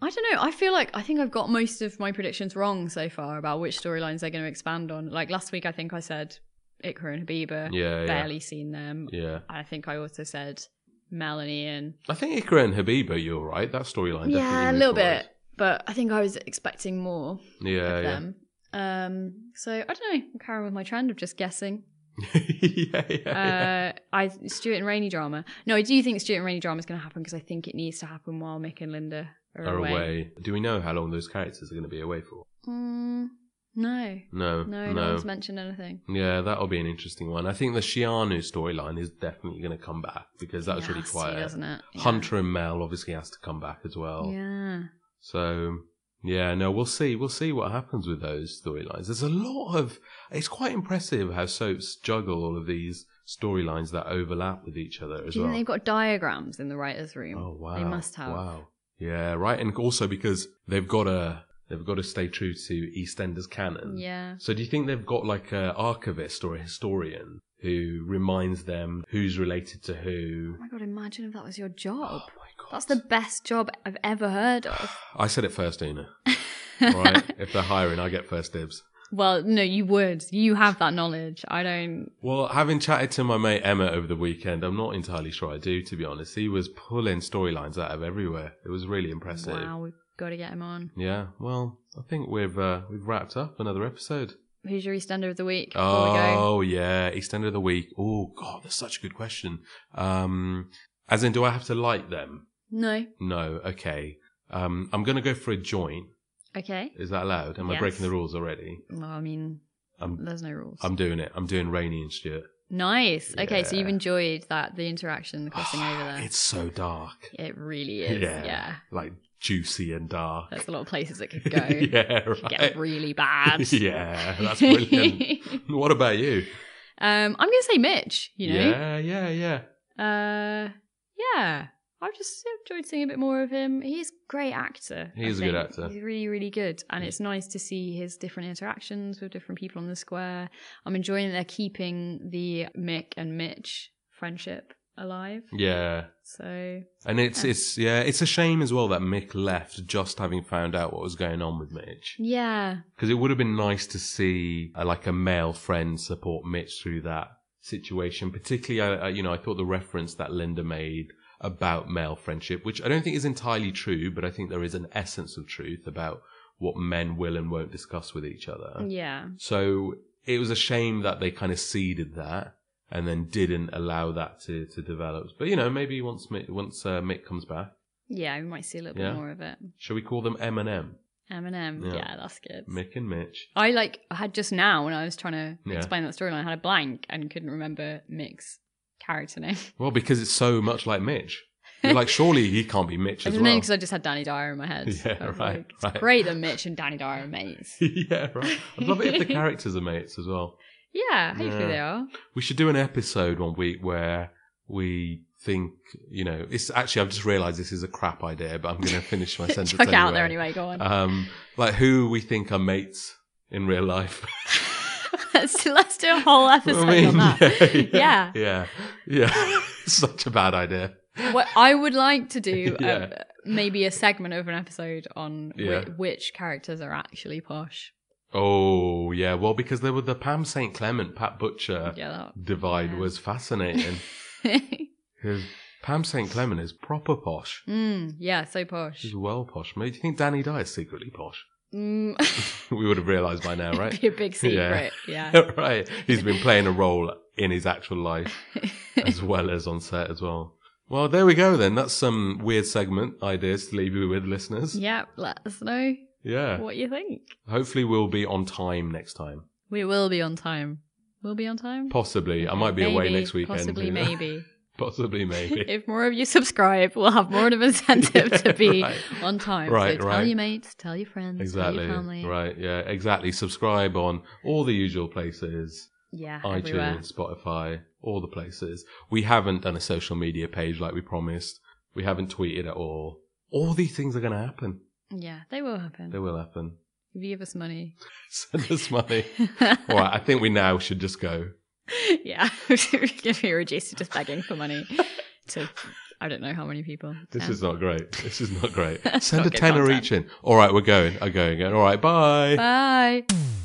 Speaker 5: I don't know. I feel like I think I've got most of my predictions wrong so far about which storylines they're going to expand on. Like last week, I think I said Ikra and Habiba.
Speaker 4: Yeah, yeah,
Speaker 5: Uh, barely seen them.
Speaker 4: yeah.
Speaker 5: And I think I also said Melanie and
Speaker 4: I think Ikra and Habiba. You're right. That storyline. definitely
Speaker 5: yeah, a
Speaker 4: moved
Speaker 5: little
Speaker 4: forward.
Speaker 5: bit. But I think I was expecting more of
Speaker 4: Yeah,
Speaker 5: them. Um, so I don't know. I'm carrying with my trend of just guessing.
Speaker 4: <laughs> yeah. yeah, yeah, <laughs> yeah.
Speaker 5: Uh, I Stuart and Rainey drama. No, I do think Stuart and Rainey drama is going to happen because I think it needs to happen while Mick and Linda are,
Speaker 4: Are
Speaker 5: away.
Speaker 4: away. Do we know how long those characters are going to be away for?
Speaker 5: Mm, no,
Speaker 4: No,
Speaker 5: no, no, one's mentioned anything.
Speaker 4: Yeah, that'll be an interesting one. I think the Shianu storyline is definitely going to come back because that's really
Speaker 5: Nasty,
Speaker 4: quiet.
Speaker 5: doesn't it? Yeah.
Speaker 4: Hunter and Mel obviously has to come back as well.
Speaker 5: Yeah,
Speaker 4: So yeah, no, we'll see. We'll see what happens with those storylines. There's a lot of. It's quite impressive how soaps juggle all of these storylines that overlap with each other as
Speaker 5: do you
Speaker 4: well.
Speaker 5: think they've got diagrams in the writers' room?
Speaker 4: oh wow,
Speaker 5: They must have.
Speaker 4: Wow, yeah, right, and also because they've got to they've got to stay true to EastEnders canon.
Speaker 5: Yeah.
Speaker 4: So do you think they've got like a archivist or a historian who reminds them who's related to who?
Speaker 5: Oh my god! Imagine if that was your job.
Speaker 4: <gasps> Oh my god,
Speaker 5: That's the best job I've ever heard of.
Speaker 4: I said it first,
Speaker 5: <laughs>
Speaker 4: Ina. All right, if they're hiring, I get first dibs.
Speaker 5: Well, no, you would. You have that knowledge. I don't.
Speaker 4: Well, having chatted to my mate Emma over the weekend, I'm not entirely sure I do, to be honest. He was pulling storylines out of everywhere. It was really impressive.
Speaker 5: Wow, we've got to get him on.
Speaker 4: Yeah. Well, I think we've uh, we've wrapped up another episode.
Speaker 5: Who's your Eastender of the week? Before we go?
Speaker 4: Oh yeah, extended of the week. Oh god, that's such a good question. Um, as in, do I have to like them?
Speaker 5: No.
Speaker 4: No. Okay. Um, I'm gonna go for a joint.
Speaker 5: Okay.
Speaker 4: Is that allowed? Am I
Speaker 5: Yes.
Speaker 4: breaking the rules already?
Speaker 5: Well, I mean,
Speaker 4: I'm
Speaker 5: there's no rules.
Speaker 4: I'm doing it. I'm doing Rainy and Stuart.
Speaker 5: nice. Okay, so you've
Speaker 4: Yeah.
Speaker 5: enjoyed that the interaction, the crossing over
Speaker 4: <sighs>
Speaker 5: there.
Speaker 4: It's so dark.
Speaker 5: It really is. Yeah.
Speaker 4: Yeah. like juicy and dark. <laughs>
Speaker 5: There's a lot of places it could go. It
Speaker 4: yeah,
Speaker 5: could Get
Speaker 4: right.
Speaker 5: really bad.
Speaker 4: <laughs> yeah, that's
Speaker 5: <laughs>
Speaker 4: brilliant. what about you?
Speaker 5: um, I'm gonna say Mitch. You know.
Speaker 4: Yeah, yeah, yeah.
Speaker 5: Uh, yeah. I've just enjoyed seeing a bit more of him. He's a great actor.
Speaker 4: He
Speaker 5: I
Speaker 4: is a good
Speaker 5: think.
Speaker 4: actor.
Speaker 5: He's really, really good. And it's nice to see his different interactions with different people on the square. I'm enjoying that they're keeping the Mick and Mitch friendship alive.
Speaker 4: Yeah.
Speaker 5: So
Speaker 4: And it's
Speaker 5: Yeah.
Speaker 4: it's yeah, it's a shame as well that Mick left just having found out what was going on with Mitch.
Speaker 5: yeah,
Speaker 4: Because it would have been nice to see uh, like a male friend support Mitch through that situation. Particularly, I, I you know I thought the reference that Linda made about male friendship, which I don't think is entirely true, but I think there is an essence of truth about what men will and won't discuss with each other.
Speaker 5: yeah,
Speaker 4: So it was a shame that they kind of seeded that and then didn't allow that to, to develop. But you know, maybe once Mick, once uh, Mick comes back,
Speaker 5: yeah. We might see a little
Speaker 4: Yeah.
Speaker 5: bit more of it.
Speaker 4: shall we call them M and M,
Speaker 5: Eminem.
Speaker 4: Yeah.
Speaker 5: Yeah, that's good.
Speaker 4: Mick and Mitch?
Speaker 5: I like I had just now when I was trying to
Speaker 4: Yeah.
Speaker 5: explain that storyline, I had a blank and couldn't remember Mick's character name.
Speaker 4: Well, because it's so much like Mitch. You're like, surely he can't be Mitch as
Speaker 5: And
Speaker 4: well.
Speaker 5: because <laughs> I just had Danny Dyer in my head.
Speaker 4: <laughs> Yeah,
Speaker 5: I was
Speaker 4: right,
Speaker 5: like, it's
Speaker 4: right.
Speaker 5: great that Mitch and Danny Dyer are mates.
Speaker 4: <laughs> yeah, right. I'd love it if the characters are mates as well.
Speaker 5: Yeah, hopefully
Speaker 4: Yeah.
Speaker 5: they are.
Speaker 4: We should do an episode one week where we think, you know, it's actually I've just realised this is a crap idea, but I'm going to finish
Speaker 5: <laughs>
Speaker 4: my sentence
Speaker 5: Chuck it out there anyway. Go on.
Speaker 4: um, like who we think are mates in real
Speaker 5: <laughs>
Speaker 4: life.
Speaker 5: <laughs>
Speaker 4: <laughs>
Speaker 5: let's, let's do a whole episode
Speaker 4: <laughs>
Speaker 5: on that.
Speaker 4: yeah,
Speaker 5: Yeah.
Speaker 4: yeah, yeah. <laughs> Such a bad idea.
Speaker 5: What I would like to do uh,
Speaker 4: <laughs> Yeah.
Speaker 5: maybe a segment of an episode on whi-
Speaker 4: Yeah.
Speaker 5: which characters are actually posh.
Speaker 4: Oh yeah, well because there were the Pam St Clement Pat Butcher
Speaker 5: Yeah.
Speaker 4: divide
Speaker 5: Yeah.
Speaker 4: was fascinating
Speaker 5: That. <laughs>
Speaker 4: 'Cause Pam St Clement is proper posh.
Speaker 5: mm, yeah, so posh.
Speaker 4: She's well posh, mate. Do you think Danny Dyer's secretly posh? <laughs>
Speaker 5: Mm, <laughs>
Speaker 4: We would have realised by now, right? <laughs>
Speaker 5: be a big secret. Yeah.
Speaker 4: right. He's been playing a role in his actual life. <laughs> as well as on set as well. Well, there we go then. That's some weird segment ideas to leave you with, listeners. Yeah.
Speaker 5: <laughs> yeah, let us know what you think.
Speaker 4: Hopefully, we'll be on time next time.
Speaker 5: We will be on time. We'll be on time.
Speaker 4: Possibly. I might be away
Speaker 5: Maybe,
Speaker 4: next weekend.
Speaker 5: Possibly,
Speaker 4: who knows?
Speaker 5: maybe.
Speaker 4: <laughs> possibly,
Speaker 5: <laughs>
Speaker 4: maybe.
Speaker 5: if more of you subscribe, we'll have more of an incentive
Speaker 4: <laughs>
Speaker 5: to be
Speaker 4: right.
Speaker 5: on time.
Speaker 4: Right,
Speaker 5: so tell
Speaker 4: right.
Speaker 5: your mates, tell your friends, tell
Speaker 4: Exactly.
Speaker 5: your family.
Speaker 4: Right. Yeah. Exactly. Subscribe on all the usual places
Speaker 5: Yeah, <laughs> everywhere.
Speaker 4: iTunes, Spotify, all the places. We haven't done a social media page like we promised. We haven't tweeted at all. All these things are going to happen.
Speaker 5: Yeah, they will happen.
Speaker 4: They will happen. <laughs>
Speaker 5: If you give us money. <laughs>
Speaker 4: Send us money. All right, I think we now should just go.
Speaker 5: yeah, <laughs> we're going to be reduced to just begging for money to I don't know how many people.
Speaker 4: This
Speaker 5: Ten.
Speaker 4: is not great. This is not great.
Speaker 5: <laughs> That's
Speaker 4: Send
Speaker 5: not
Speaker 4: a
Speaker 5: good
Speaker 4: tenner
Speaker 5: content.
Speaker 4: each in. All right, we're going. I'm going. All right, bye.
Speaker 5: Bye.